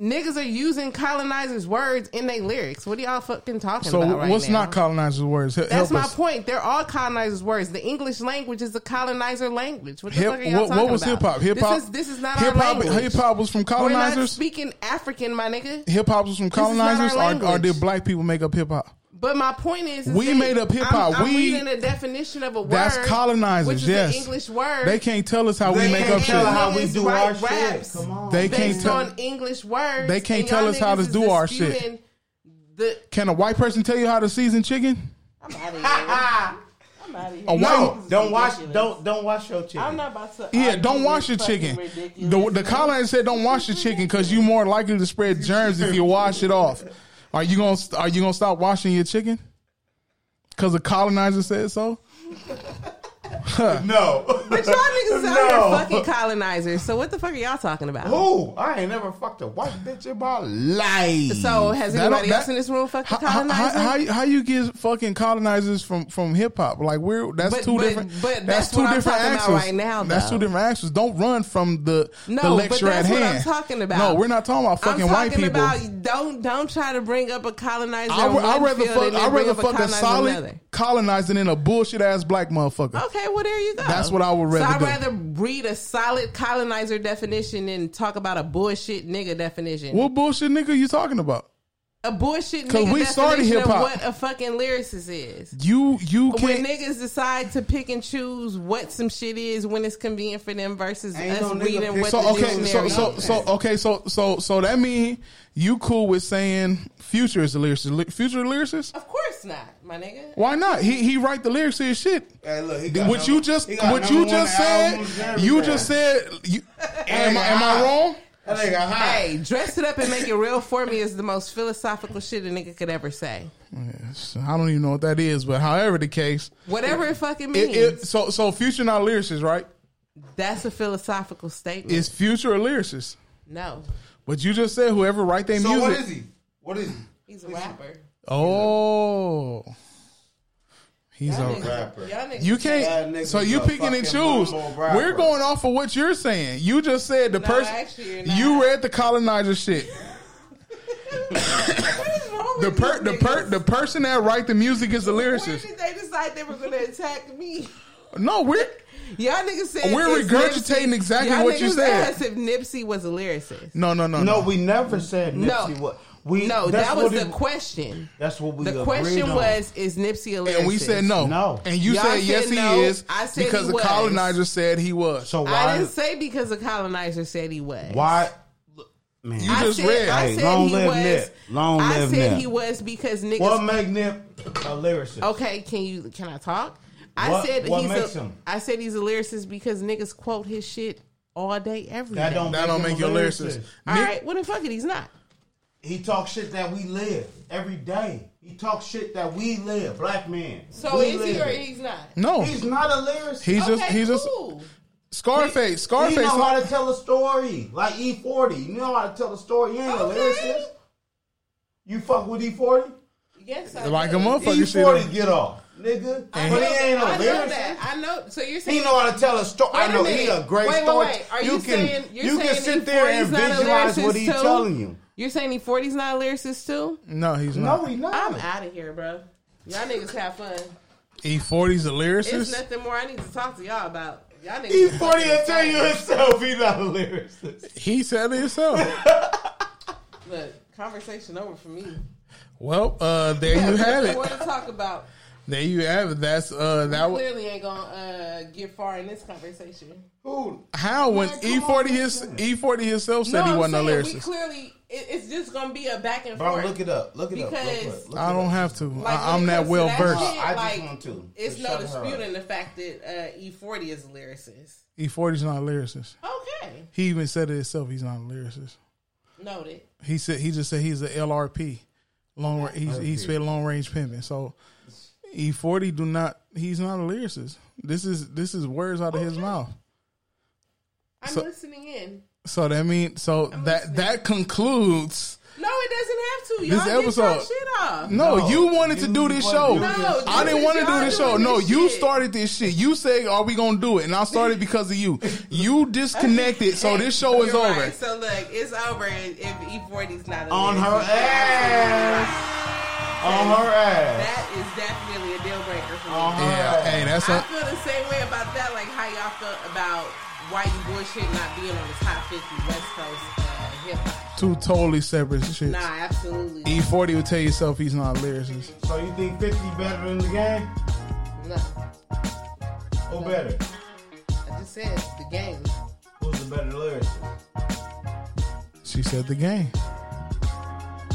[SPEAKER 3] Niggas are using colonizers' words in their lyrics. What are y'all fucking talking
[SPEAKER 2] so
[SPEAKER 3] about right
[SPEAKER 2] what's
[SPEAKER 3] now?
[SPEAKER 2] not colonizers' words? Hel-
[SPEAKER 3] That's
[SPEAKER 2] help
[SPEAKER 3] my
[SPEAKER 2] us.
[SPEAKER 3] point. They're all colonizers' words. The English language is the colonizer language. What the
[SPEAKER 2] Hip-
[SPEAKER 3] fuck are y'all
[SPEAKER 2] what,
[SPEAKER 3] talking
[SPEAKER 2] what was
[SPEAKER 3] about?
[SPEAKER 2] hip hop? Hip hop.
[SPEAKER 3] This is, this is not
[SPEAKER 2] hip
[SPEAKER 3] our
[SPEAKER 2] hop.
[SPEAKER 3] language.
[SPEAKER 2] Hip hop was from
[SPEAKER 3] We're not
[SPEAKER 2] colonizers.
[SPEAKER 3] speaking African, my nigga.
[SPEAKER 2] Hip hop was from
[SPEAKER 3] is not our
[SPEAKER 2] colonizers, or, or
[SPEAKER 3] language.
[SPEAKER 2] did black people make up hip hop?
[SPEAKER 3] But my point is, is
[SPEAKER 2] We
[SPEAKER 3] that
[SPEAKER 2] made up hip hop.
[SPEAKER 3] I'm, I'm
[SPEAKER 2] We-
[SPEAKER 3] reading a definition of a word.
[SPEAKER 2] That's colonizers,
[SPEAKER 3] Which is
[SPEAKER 2] yes.
[SPEAKER 3] an English word.
[SPEAKER 2] They can't tell us how we
[SPEAKER 1] They
[SPEAKER 2] make
[SPEAKER 1] can't
[SPEAKER 2] up
[SPEAKER 1] tell
[SPEAKER 2] shit.
[SPEAKER 1] how we
[SPEAKER 3] Niggas
[SPEAKER 1] do
[SPEAKER 3] write
[SPEAKER 1] our
[SPEAKER 3] raps.
[SPEAKER 1] shit. Come on.
[SPEAKER 2] They can't
[SPEAKER 3] based
[SPEAKER 2] tell.
[SPEAKER 3] on English words.
[SPEAKER 2] They can't
[SPEAKER 3] and
[SPEAKER 2] tell
[SPEAKER 3] y'all
[SPEAKER 2] us how to
[SPEAKER 3] niggas is
[SPEAKER 2] do our shit.
[SPEAKER 3] disputing The
[SPEAKER 2] Can a white person tell you how to season chicken?
[SPEAKER 4] I'm out of here.
[SPEAKER 3] Uh-uh.
[SPEAKER 4] I'm out of here.
[SPEAKER 2] A white
[SPEAKER 1] No, don't wash.
[SPEAKER 4] ridiculous.
[SPEAKER 1] Don't don't wash your chicken.
[SPEAKER 4] I'm not about to.
[SPEAKER 2] Yeah,
[SPEAKER 4] argue
[SPEAKER 2] don't wash your
[SPEAKER 4] with
[SPEAKER 2] chicken.
[SPEAKER 4] fucking
[SPEAKER 2] The,
[SPEAKER 4] ridiculous
[SPEAKER 2] the colonizer said, "Don't wash your chicken because you more likely to spread germs if you wash it off." Are you gonna Are you gonna stop washing your chicken? Because the colonizer said so.
[SPEAKER 1] No.
[SPEAKER 3] but y'all niggas out
[SPEAKER 1] No.
[SPEAKER 3] here fucking colonizers. So what the fuck are y'all talking about?
[SPEAKER 1] Who? I ain't never fucked a white bitch in my life.
[SPEAKER 3] So has
[SPEAKER 2] That
[SPEAKER 3] anybody
[SPEAKER 2] don't-
[SPEAKER 3] else
[SPEAKER 2] that-
[SPEAKER 3] in this room fucked a
[SPEAKER 2] How, how,
[SPEAKER 3] colonizer?
[SPEAKER 2] how, how, you- how you get fucking colonizers from from hip hop? Like we're that's
[SPEAKER 3] But-
[SPEAKER 2] two
[SPEAKER 3] but-
[SPEAKER 2] different.
[SPEAKER 3] but that's what I'm talking about right now,
[SPEAKER 2] That's
[SPEAKER 3] though.
[SPEAKER 2] two different axes. Don't run from the the
[SPEAKER 3] No, but
[SPEAKER 2] lecture
[SPEAKER 3] that's
[SPEAKER 2] at
[SPEAKER 3] what I'm
[SPEAKER 2] hand.
[SPEAKER 3] talking about.
[SPEAKER 2] No, we're not talking about
[SPEAKER 3] I'm
[SPEAKER 2] fucking
[SPEAKER 3] talking
[SPEAKER 2] white people.
[SPEAKER 3] about don't don't try to bring up a colonizer.
[SPEAKER 2] I,
[SPEAKER 3] in
[SPEAKER 2] would- I'd
[SPEAKER 3] one
[SPEAKER 2] rather
[SPEAKER 3] field
[SPEAKER 2] fuck.
[SPEAKER 3] and then
[SPEAKER 2] I'd
[SPEAKER 3] bring
[SPEAKER 2] rather
[SPEAKER 3] up
[SPEAKER 2] fuck a
[SPEAKER 3] colonizer in
[SPEAKER 2] solid
[SPEAKER 3] another.
[SPEAKER 2] colonizer than a bullshit ass black motherfucker.
[SPEAKER 3] Okay, well there you go.
[SPEAKER 2] That's what I would rather
[SPEAKER 3] So I'd
[SPEAKER 2] do.
[SPEAKER 3] rather read a solid colonizer definition than talk about a bullshit nigga definition.
[SPEAKER 2] What bullshit nigga you talking about?
[SPEAKER 3] A bullshit
[SPEAKER 2] Cause
[SPEAKER 3] nigga
[SPEAKER 2] we started
[SPEAKER 3] definition of
[SPEAKER 2] hip-hop.
[SPEAKER 3] what a fucking lyricist is.
[SPEAKER 2] You you
[SPEAKER 3] When
[SPEAKER 2] can't.
[SPEAKER 3] niggas decide to pick and choose what some shit is when it's convenient for them versus
[SPEAKER 1] Ain't
[SPEAKER 3] us
[SPEAKER 1] no nigga
[SPEAKER 3] reading
[SPEAKER 1] pick-
[SPEAKER 3] what
[SPEAKER 2] so
[SPEAKER 3] the
[SPEAKER 2] okay, so
[SPEAKER 3] dictionary
[SPEAKER 2] so
[SPEAKER 3] is.
[SPEAKER 2] so okay, so so so that mean you cool with saying Future is a lyricist? Li- Future a lyricist?
[SPEAKER 3] Of course not, my nigga.
[SPEAKER 2] Why not? He he write the lyrics to his shit.
[SPEAKER 1] Hey, look, he got
[SPEAKER 2] What
[SPEAKER 1] number-
[SPEAKER 2] you just
[SPEAKER 1] he got
[SPEAKER 2] what
[SPEAKER 1] number
[SPEAKER 2] you
[SPEAKER 1] one
[SPEAKER 2] just
[SPEAKER 1] albums
[SPEAKER 2] said?
[SPEAKER 1] and
[SPEAKER 2] You
[SPEAKER 1] everything.
[SPEAKER 2] just said. You, am I am
[SPEAKER 1] high.
[SPEAKER 2] I wrong?
[SPEAKER 1] That nigga high.
[SPEAKER 3] Hey, dress it up and make it real for me is the most philosophical shit a nigga could ever say.
[SPEAKER 2] Yes, I don't even know what that is, but however the case,
[SPEAKER 3] Whatever it fucking
[SPEAKER 2] it,
[SPEAKER 3] means,
[SPEAKER 2] it, so so Future not a lyricist, right?
[SPEAKER 3] that's a philosophical statement.
[SPEAKER 2] Is Future a lyricist?
[SPEAKER 3] no,
[SPEAKER 2] But you just said whoever write their
[SPEAKER 1] so
[SPEAKER 2] music.
[SPEAKER 1] what is he? What is he?
[SPEAKER 3] he's a rapper.
[SPEAKER 2] Oh, he's a
[SPEAKER 1] Rapper.
[SPEAKER 3] Y'all niggas,
[SPEAKER 2] You
[SPEAKER 1] Bad
[SPEAKER 2] can't.
[SPEAKER 1] niggas
[SPEAKER 2] So you
[SPEAKER 1] a
[SPEAKER 2] picking and
[SPEAKER 1] fucking
[SPEAKER 2] choose.
[SPEAKER 1] mumble rapper.
[SPEAKER 2] We're going off of what you're saying. You just said the
[SPEAKER 3] No,
[SPEAKER 2] person.
[SPEAKER 3] actually, you're not.
[SPEAKER 2] You read the colonizer shit. The per the per the person that write the music is the
[SPEAKER 3] When
[SPEAKER 2] lyricist.
[SPEAKER 3] did they decide they were gonna attack me?
[SPEAKER 2] No, we're
[SPEAKER 3] Y'all niggas said
[SPEAKER 2] We're
[SPEAKER 3] it's
[SPEAKER 2] regurgitating
[SPEAKER 3] Nipsey.
[SPEAKER 2] exactly
[SPEAKER 3] Y'all
[SPEAKER 2] what you
[SPEAKER 3] niggas
[SPEAKER 2] said.
[SPEAKER 3] asked if Nipsey was a lyricist.
[SPEAKER 2] no no no
[SPEAKER 1] No,
[SPEAKER 2] no.
[SPEAKER 1] we never said
[SPEAKER 3] No.
[SPEAKER 1] Nipsey. What we?
[SPEAKER 3] No,
[SPEAKER 1] that's
[SPEAKER 3] that was
[SPEAKER 1] what
[SPEAKER 3] the
[SPEAKER 1] it-
[SPEAKER 3] question.
[SPEAKER 1] That's what we.
[SPEAKER 3] The
[SPEAKER 1] agreed
[SPEAKER 3] question
[SPEAKER 1] on.
[SPEAKER 3] was, is Nipsey a lyricist?
[SPEAKER 2] And we said no.
[SPEAKER 1] No.
[SPEAKER 2] And you
[SPEAKER 3] Y'all
[SPEAKER 2] said
[SPEAKER 3] said
[SPEAKER 2] yes,
[SPEAKER 3] no.
[SPEAKER 2] he is.
[SPEAKER 3] I said
[SPEAKER 2] because
[SPEAKER 3] he
[SPEAKER 2] the
[SPEAKER 3] was.
[SPEAKER 2] colonizer said he was.
[SPEAKER 1] So
[SPEAKER 3] I
[SPEAKER 1] why?
[SPEAKER 3] didn't say because a colonizer said he was.
[SPEAKER 1] Why? Man,
[SPEAKER 2] You
[SPEAKER 3] I
[SPEAKER 2] just
[SPEAKER 3] said,
[SPEAKER 2] read.
[SPEAKER 3] I
[SPEAKER 1] Hey,
[SPEAKER 3] said
[SPEAKER 1] long
[SPEAKER 3] he
[SPEAKER 1] live
[SPEAKER 3] was.
[SPEAKER 1] Nip. Long
[SPEAKER 3] I
[SPEAKER 1] live
[SPEAKER 3] said
[SPEAKER 1] Nip.
[SPEAKER 3] he was because niggas.
[SPEAKER 1] what make Nip a lyricist?
[SPEAKER 3] okay, can you? Can I talk? I
[SPEAKER 1] What-
[SPEAKER 3] said
[SPEAKER 1] what
[SPEAKER 3] he's
[SPEAKER 1] makes
[SPEAKER 3] a,
[SPEAKER 1] him?
[SPEAKER 3] I said he's a lyricist because niggas quote his shit all day every day.
[SPEAKER 1] That don't.
[SPEAKER 2] that don't
[SPEAKER 1] him
[SPEAKER 2] make you a lyricist.
[SPEAKER 3] All
[SPEAKER 2] Nick-
[SPEAKER 3] right, well then fuck it, he's not.
[SPEAKER 1] He talks shit that we live every day. He talks shit that we live. Black man.
[SPEAKER 3] So
[SPEAKER 1] we
[SPEAKER 3] is
[SPEAKER 1] live
[SPEAKER 3] he or
[SPEAKER 1] it.
[SPEAKER 3] he's not?
[SPEAKER 2] No,
[SPEAKER 1] He's not a lyricist.
[SPEAKER 2] he's just
[SPEAKER 3] okay,
[SPEAKER 2] he's just
[SPEAKER 3] cool.
[SPEAKER 2] Scarface.
[SPEAKER 1] He
[SPEAKER 2] Scarface.
[SPEAKER 1] know how to tell a story, like E40. You know how to tell a story. You ain't
[SPEAKER 3] Okay.
[SPEAKER 1] a lyricist. You fuck with E E40?
[SPEAKER 3] Yes, I
[SPEAKER 2] like a
[SPEAKER 3] do.
[SPEAKER 2] motherfucker shit.
[SPEAKER 1] E40 get off, nigga. but he ain't a
[SPEAKER 3] I know
[SPEAKER 1] lyricist.
[SPEAKER 3] that. I know. So you're saying
[SPEAKER 1] He know how to tell a story.
[SPEAKER 3] Wait
[SPEAKER 1] I
[SPEAKER 3] a
[SPEAKER 1] know he
[SPEAKER 3] minute.
[SPEAKER 1] a great
[SPEAKER 3] Wait, wait,
[SPEAKER 1] story.
[SPEAKER 3] wait. Are
[SPEAKER 1] You,
[SPEAKER 3] you
[SPEAKER 1] can
[SPEAKER 3] saying- you're
[SPEAKER 1] you can
[SPEAKER 3] saying
[SPEAKER 1] sit there
[SPEAKER 3] E40
[SPEAKER 1] and
[SPEAKER 3] 's not a
[SPEAKER 1] visualize what
[SPEAKER 3] lyricist
[SPEAKER 1] he's
[SPEAKER 3] too?
[SPEAKER 1] telling you.
[SPEAKER 3] You're saying he 40's not a lyricist too?
[SPEAKER 2] No, he's
[SPEAKER 1] No,
[SPEAKER 2] not.
[SPEAKER 1] he not.
[SPEAKER 3] I'm out of here, bro. Y'all niggas have fun.
[SPEAKER 2] E40's a
[SPEAKER 3] It's
[SPEAKER 2] lyricist.
[SPEAKER 3] nothing more I need to talk to y'all about. Y'all niggas.
[SPEAKER 1] E40 will tell you himself he not a lyricist.
[SPEAKER 2] He said it himself.
[SPEAKER 3] Look, conversation over for me.
[SPEAKER 2] Well, uh, there you have it.
[SPEAKER 3] What to talk about?
[SPEAKER 2] There you have it. That's uh that was
[SPEAKER 3] Clearly ain't gonna uh, get far in this conversation.
[SPEAKER 1] Who?
[SPEAKER 2] how when
[SPEAKER 1] Man, come
[SPEAKER 2] E forty
[SPEAKER 1] on,
[SPEAKER 2] his
[SPEAKER 1] man.
[SPEAKER 2] E forty himself said
[SPEAKER 3] no,
[SPEAKER 2] he
[SPEAKER 3] I'm
[SPEAKER 2] wasn't a
[SPEAKER 3] saying, we
[SPEAKER 2] lyricist.
[SPEAKER 3] clearly it, it's just gonna be a back and
[SPEAKER 1] Bro,
[SPEAKER 3] forth.
[SPEAKER 1] look it up. Look it up. Real
[SPEAKER 3] Because-
[SPEAKER 1] quick. Look
[SPEAKER 2] I
[SPEAKER 1] it
[SPEAKER 2] don't
[SPEAKER 1] up.
[SPEAKER 2] have to.
[SPEAKER 3] Like,
[SPEAKER 2] I, am
[SPEAKER 3] when it
[SPEAKER 2] that
[SPEAKER 3] comes to
[SPEAKER 2] well
[SPEAKER 3] that
[SPEAKER 2] versed.
[SPEAKER 3] shit,
[SPEAKER 1] I just
[SPEAKER 3] like,
[SPEAKER 1] want to.
[SPEAKER 3] It's
[SPEAKER 1] to
[SPEAKER 3] no
[SPEAKER 1] shut her
[SPEAKER 3] disputing
[SPEAKER 1] up.
[SPEAKER 3] the fact that uh, E40 is a lyricist.
[SPEAKER 2] E forty's not a lyricist.
[SPEAKER 3] Okay,
[SPEAKER 2] He even said it himself. He's not a lyricist.
[SPEAKER 3] noted.
[SPEAKER 2] He said he just said he's a LRP, long ra- he's, he spit long range pimping. So E forty do not. He's not a lyricist. This is this is words out of his mouth.
[SPEAKER 3] I'm
[SPEAKER 2] So-
[SPEAKER 3] listening in.
[SPEAKER 2] So that means so that that concludes.
[SPEAKER 3] No, it doesn't have to.
[SPEAKER 2] This
[SPEAKER 3] Y'all get
[SPEAKER 2] episode- Mm,
[SPEAKER 3] your shit off.
[SPEAKER 2] No,
[SPEAKER 1] No,
[SPEAKER 2] you wanted to
[SPEAKER 1] you
[SPEAKER 2] do this
[SPEAKER 1] wanted
[SPEAKER 2] show.
[SPEAKER 1] to do
[SPEAKER 3] No,
[SPEAKER 2] I
[SPEAKER 3] this
[SPEAKER 2] didn't
[SPEAKER 3] is
[SPEAKER 2] want to do
[SPEAKER 3] y'all
[SPEAKER 2] this show.
[SPEAKER 3] doing
[SPEAKER 2] No,
[SPEAKER 3] this
[SPEAKER 2] you
[SPEAKER 3] shit.
[SPEAKER 2] started this shit. You say, "Are we gonna do it?" And I started because of you. You disconnected, so this show is
[SPEAKER 3] You're
[SPEAKER 2] over.
[SPEAKER 3] right. So look, it's over if E40's not a
[SPEAKER 1] On her
[SPEAKER 3] lyricist.
[SPEAKER 1] ass. On her ass.
[SPEAKER 3] That is definitely a deal breaker for me.
[SPEAKER 1] On her
[SPEAKER 2] Yeah,
[SPEAKER 1] ass.
[SPEAKER 2] hey, that's
[SPEAKER 3] I
[SPEAKER 2] a,
[SPEAKER 3] feel the same way about that, like how y'all felt about why you bullshit not being on the top 50 West Coast uh, hip hop.
[SPEAKER 2] two totally separate shits.
[SPEAKER 3] Nah, absolutely.
[SPEAKER 2] E forty would tell yourself he's not a lyricist.
[SPEAKER 1] So you think 50 better than the game?
[SPEAKER 3] No,
[SPEAKER 1] Who better?
[SPEAKER 3] I just said the game.
[SPEAKER 1] Who's the better lyricist?
[SPEAKER 2] She said the game.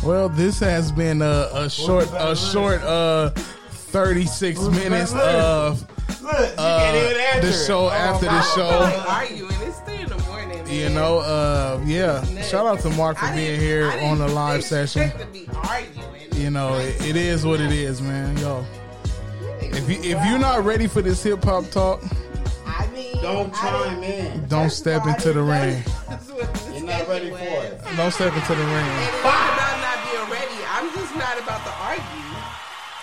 [SPEAKER 2] Well, this has been a, a short,
[SPEAKER 1] better
[SPEAKER 2] a
[SPEAKER 1] lyricist?
[SPEAKER 2] short, uh, thirty-six
[SPEAKER 1] Who's the better
[SPEAKER 2] minutes
[SPEAKER 1] lyricist?
[SPEAKER 2] of
[SPEAKER 1] Look, you can't even
[SPEAKER 2] Uh,
[SPEAKER 1] answer.
[SPEAKER 2] the
[SPEAKER 1] it. Oh,
[SPEAKER 2] show after the
[SPEAKER 3] I
[SPEAKER 2] show.
[SPEAKER 3] feel like arguing. It's three in the morning. Man.
[SPEAKER 2] you know, uh, yeah. Shout out to Mark for
[SPEAKER 3] I
[SPEAKER 2] being
[SPEAKER 3] didn't-
[SPEAKER 2] here
[SPEAKER 3] I didn't
[SPEAKER 2] on the live
[SPEAKER 3] expect
[SPEAKER 2] session.
[SPEAKER 3] To be arguing.
[SPEAKER 2] You know, it, it is what it is, man. Yo, if you if you're not ready for this hip hop talk,
[SPEAKER 3] I mean,
[SPEAKER 1] Don't
[SPEAKER 3] I
[SPEAKER 1] chime
[SPEAKER 3] didn't-
[SPEAKER 1] in.
[SPEAKER 2] don't step into the ring.
[SPEAKER 3] That's what the
[SPEAKER 1] You're not
[SPEAKER 3] discussion
[SPEAKER 1] ready for
[SPEAKER 3] was.
[SPEAKER 1] it.
[SPEAKER 2] Don't step into the ring.
[SPEAKER 3] And it's not about not being ready. I'm just not about to argue.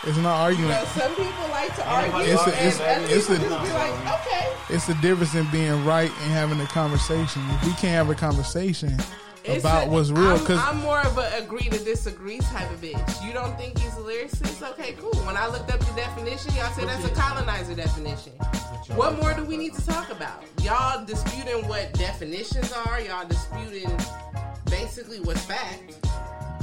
[SPEAKER 2] It's not
[SPEAKER 3] You know,
[SPEAKER 2] arguing.
[SPEAKER 3] some people like to
[SPEAKER 1] Ain't
[SPEAKER 3] argue,
[SPEAKER 1] nobody
[SPEAKER 2] It's a-
[SPEAKER 3] and
[SPEAKER 2] it's-
[SPEAKER 3] other
[SPEAKER 2] it's
[SPEAKER 3] people
[SPEAKER 2] a-
[SPEAKER 3] just be like, okay.
[SPEAKER 2] It's the difference in being right and having a conversation. If we can't have a conversation
[SPEAKER 3] It's
[SPEAKER 2] about
[SPEAKER 3] a-
[SPEAKER 2] what's real,
[SPEAKER 3] I'm,
[SPEAKER 2] because
[SPEAKER 3] I'm more of a agree to disagree type of bitch. You don't think he's a lyricist? Okay, cool. When I looked up the definition, y'all said that's a colonizer definition. What more do we need to talk about? Y'all disputing what definitions are. Y'all disputing basically what's fact.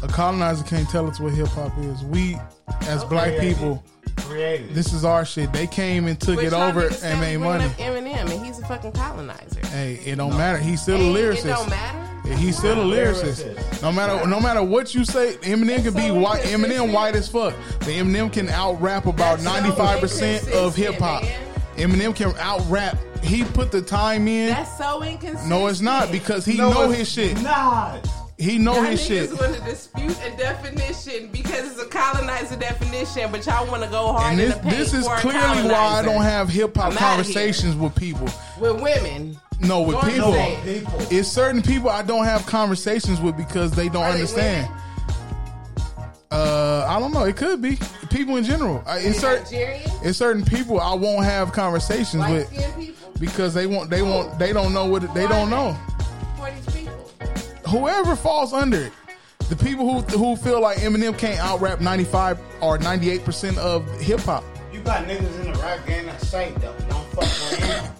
[SPEAKER 2] a colonizer can't tell us what hip hop is. We, as black
[SPEAKER 1] yeah.
[SPEAKER 2] people,
[SPEAKER 1] Creative.
[SPEAKER 2] this is our shit. They came and took
[SPEAKER 3] But
[SPEAKER 2] it
[SPEAKER 3] y'all
[SPEAKER 2] over
[SPEAKER 3] niggas steady
[SPEAKER 2] and made
[SPEAKER 3] bringing
[SPEAKER 2] money.
[SPEAKER 3] Up Eminem, and he's a fucking colonizer.
[SPEAKER 2] Hey, it don't matter. He's still
[SPEAKER 3] And
[SPEAKER 2] a
[SPEAKER 3] It don't
[SPEAKER 2] lyricist.
[SPEAKER 3] matter.
[SPEAKER 2] Yeah, He's still a lyricist.
[SPEAKER 1] Lyricist.
[SPEAKER 2] No matter no matter what you say, Eminem could be
[SPEAKER 3] so
[SPEAKER 2] white. Eminem
[SPEAKER 3] inconsistent.
[SPEAKER 2] white as fuck. But Eminem can out rap about
[SPEAKER 3] That's so
[SPEAKER 2] ninety five percent of
[SPEAKER 3] inconsistent,
[SPEAKER 2] hip hop. Eminem can out rap. He put the time in.
[SPEAKER 3] That's so inconsistent.
[SPEAKER 2] No, it's not because he
[SPEAKER 1] No,
[SPEAKER 2] know
[SPEAKER 1] it's
[SPEAKER 2] his shit.
[SPEAKER 1] Not.
[SPEAKER 2] He know
[SPEAKER 3] Y'all
[SPEAKER 2] his
[SPEAKER 3] niggas
[SPEAKER 2] Oh, shit.
[SPEAKER 3] want to dispute a definition because it's a colonizer definition, but y'all want to go hard.
[SPEAKER 2] And this
[SPEAKER 3] in the paint
[SPEAKER 2] this is
[SPEAKER 3] for a
[SPEAKER 2] clearly why I
[SPEAKER 3] colonizer.
[SPEAKER 2] don't have hip hop
[SPEAKER 3] I'm outta here.
[SPEAKER 2] conversations with people.
[SPEAKER 3] with women.
[SPEAKER 2] No, with
[SPEAKER 3] Don't
[SPEAKER 2] people.
[SPEAKER 3] say it.
[SPEAKER 1] People.
[SPEAKER 2] It's certain people I don't have conversations with because they don't
[SPEAKER 3] Are they
[SPEAKER 2] understand. uh, I don't know. It could be people in general. I, it's, cer-
[SPEAKER 3] Nigerian,
[SPEAKER 2] it's certain people I won't have conversations
[SPEAKER 3] light
[SPEAKER 2] with
[SPEAKER 3] skinned people,
[SPEAKER 2] because they won't. They won't. They don't know what it- they don't know.
[SPEAKER 3] for these people.
[SPEAKER 2] Whoever falls under it, the people who who feel like Eminem can't out rap ninety five or ninety eight percent of hip hop.
[SPEAKER 1] You got niggas in the rap game that say though. Don't fuck with him.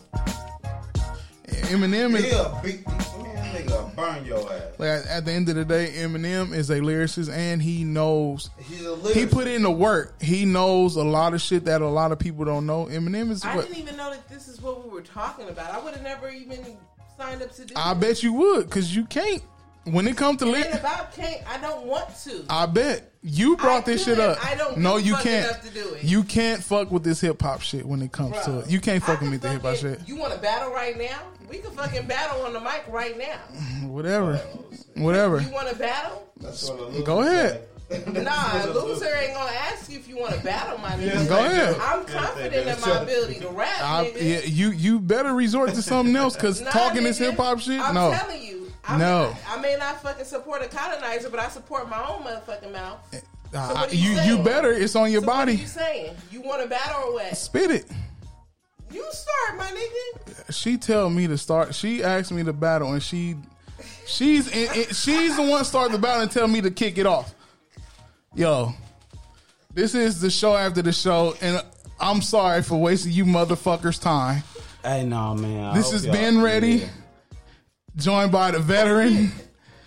[SPEAKER 2] Eminem is.
[SPEAKER 1] He'll beat these man, nigga. Burn your ass.
[SPEAKER 2] Like at, at the end of the day, Eminem is a lyricist and he knows
[SPEAKER 1] He's a lyricist.
[SPEAKER 2] he put in the work. He knows a lot of shit that a lot of people don't know. Eminem is
[SPEAKER 3] I
[SPEAKER 2] what
[SPEAKER 3] didn't even know that this is what we were talking about. I would have never even signed up to do.
[SPEAKER 2] I
[SPEAKER 3] it.
[SPEAKER 2] bet you would because you can't. When it comes to
[SPEAKER 3] It ain't
[SPEAKER 2] lyrics,
[SPEAKER 3] about can't. I don't want to.
[SPEAKER 2] I bet you brought this
[SPEAKER 3] could.
[SPEAKER 2] shit up.
[SPEAKER 3] I don't
[SPEAKER 2] no,
[SPEAKER 3] give a
[SPEAKER 2] you
[SPEAKER 3] fuck
[SPEAKER 2] can't.
[SPEAKER 3] enough to do it.
[SPEAKER 2] You can't fuck with this hip hop shit when it comes
[SPEAKER 3] Bruh.
[SPEAKER 2] to it. You can't
[SPEAKER 3] I
[SPEAKER 2] fuck with
[SPEAKER 3] can
[SPEAKER 2] me with the hip hop
[SPEAKER 3] fucking-
[SPEAKER 2] shit.
[SPEAKER 3] You want to battle right now? We can fucking battle on the mic right now.
[SPEAKER 2] Whatever, whatever.
[SPEAKER 3] You want to battle?
[SPEAKER 1] That's what a loser
[SPEAKER 2] Go ahead.
[SPEAKER 1] say.
[SPEAKER 3] Nah,
[SPEAKER 1] That's
[SPEAKER 3] a
[SPEAKER 1] what
[SPEAKER 3] loser ain't gonna ask you if you want to battle my
[SPEAKER 1] Yeah,
[SPEAKER 3] nigga.
[SPEAKER 2] Go ahead.
[SPEAKER 3] I'm confident in my ability to rap,
[SPEAKER 2] I,
[SPEAKER 3] nigga.
[SPEAKER 2] yeah, you you better resort to something else because
[SPEAKER 3] Nah,
[SPEAKER 2] talking this
[SPEAKER 3] nigga,
[SPEAKER 2] hip hop shit.
[SPEAKER 3] I'm
[SPEAKER 2] no,
[SPEAKER 3] telling you. I
[SPEAKER 2] No.
[SPEAKER 3] May, I may not fucking support a colonizer, but I support my own motherfucking mouth. So
[SPEAKER 2] Uh,
[SPEAKER 3] what are
[SPEAKER 2] you
[SPEAKER 3] you
[SPEAKER 2] you
[SPEAKER 3] saying?
[SPEAKER 2] better. It's on your
[SPEAKER 3] What are
[SPEAKER 2] body.
[SPEAKER 3] you saying? You want to battle or what?
[SPEAKER 2] Spit it.
[SPEAKER 3] You start, my nigga.
[SPEAKER 2] She tell me to start. She asked me to battle, and she she's in, it, she's the one start the battle and tell me to kick it off. Yo, this is the show after the show, and I'm sorry for wasting you motherfuckers' time.
[SPEAKER 1] Hey, no, man. I
[SPEAKER 2] This
[SPEAKER 1] hope
[SPEAKER 2] is
[SPEAKER 1] y'all-
[SPEAKER 2] Ben Ready,
[SPEAKER 1] Oh, Yeah.
[SPEAKER 2] joined by the veteran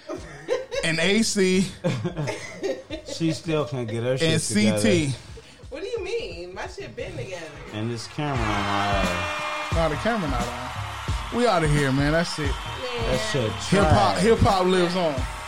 [SPEAKER 2] Oh, and AC
[SPEAKER 1] She still can't get her shit
[SPEAKER 2] and
[SPEAKER 1] together.
[SPEAKER 2] CT.
[SPEAKER 3] What do you mean? My
[SPEAKER 4] shit been together.
[SPEAKER 1] and this camera on my ass.
[SPEAKER 2] Nah, the camera not on. We out of here, man. That's it.
[SPEAKER 1] That shit
[SPEAKER 2] Hip hop,
[SPEAKER 1] trash.
[SPEAKER 2] hip hop lives on.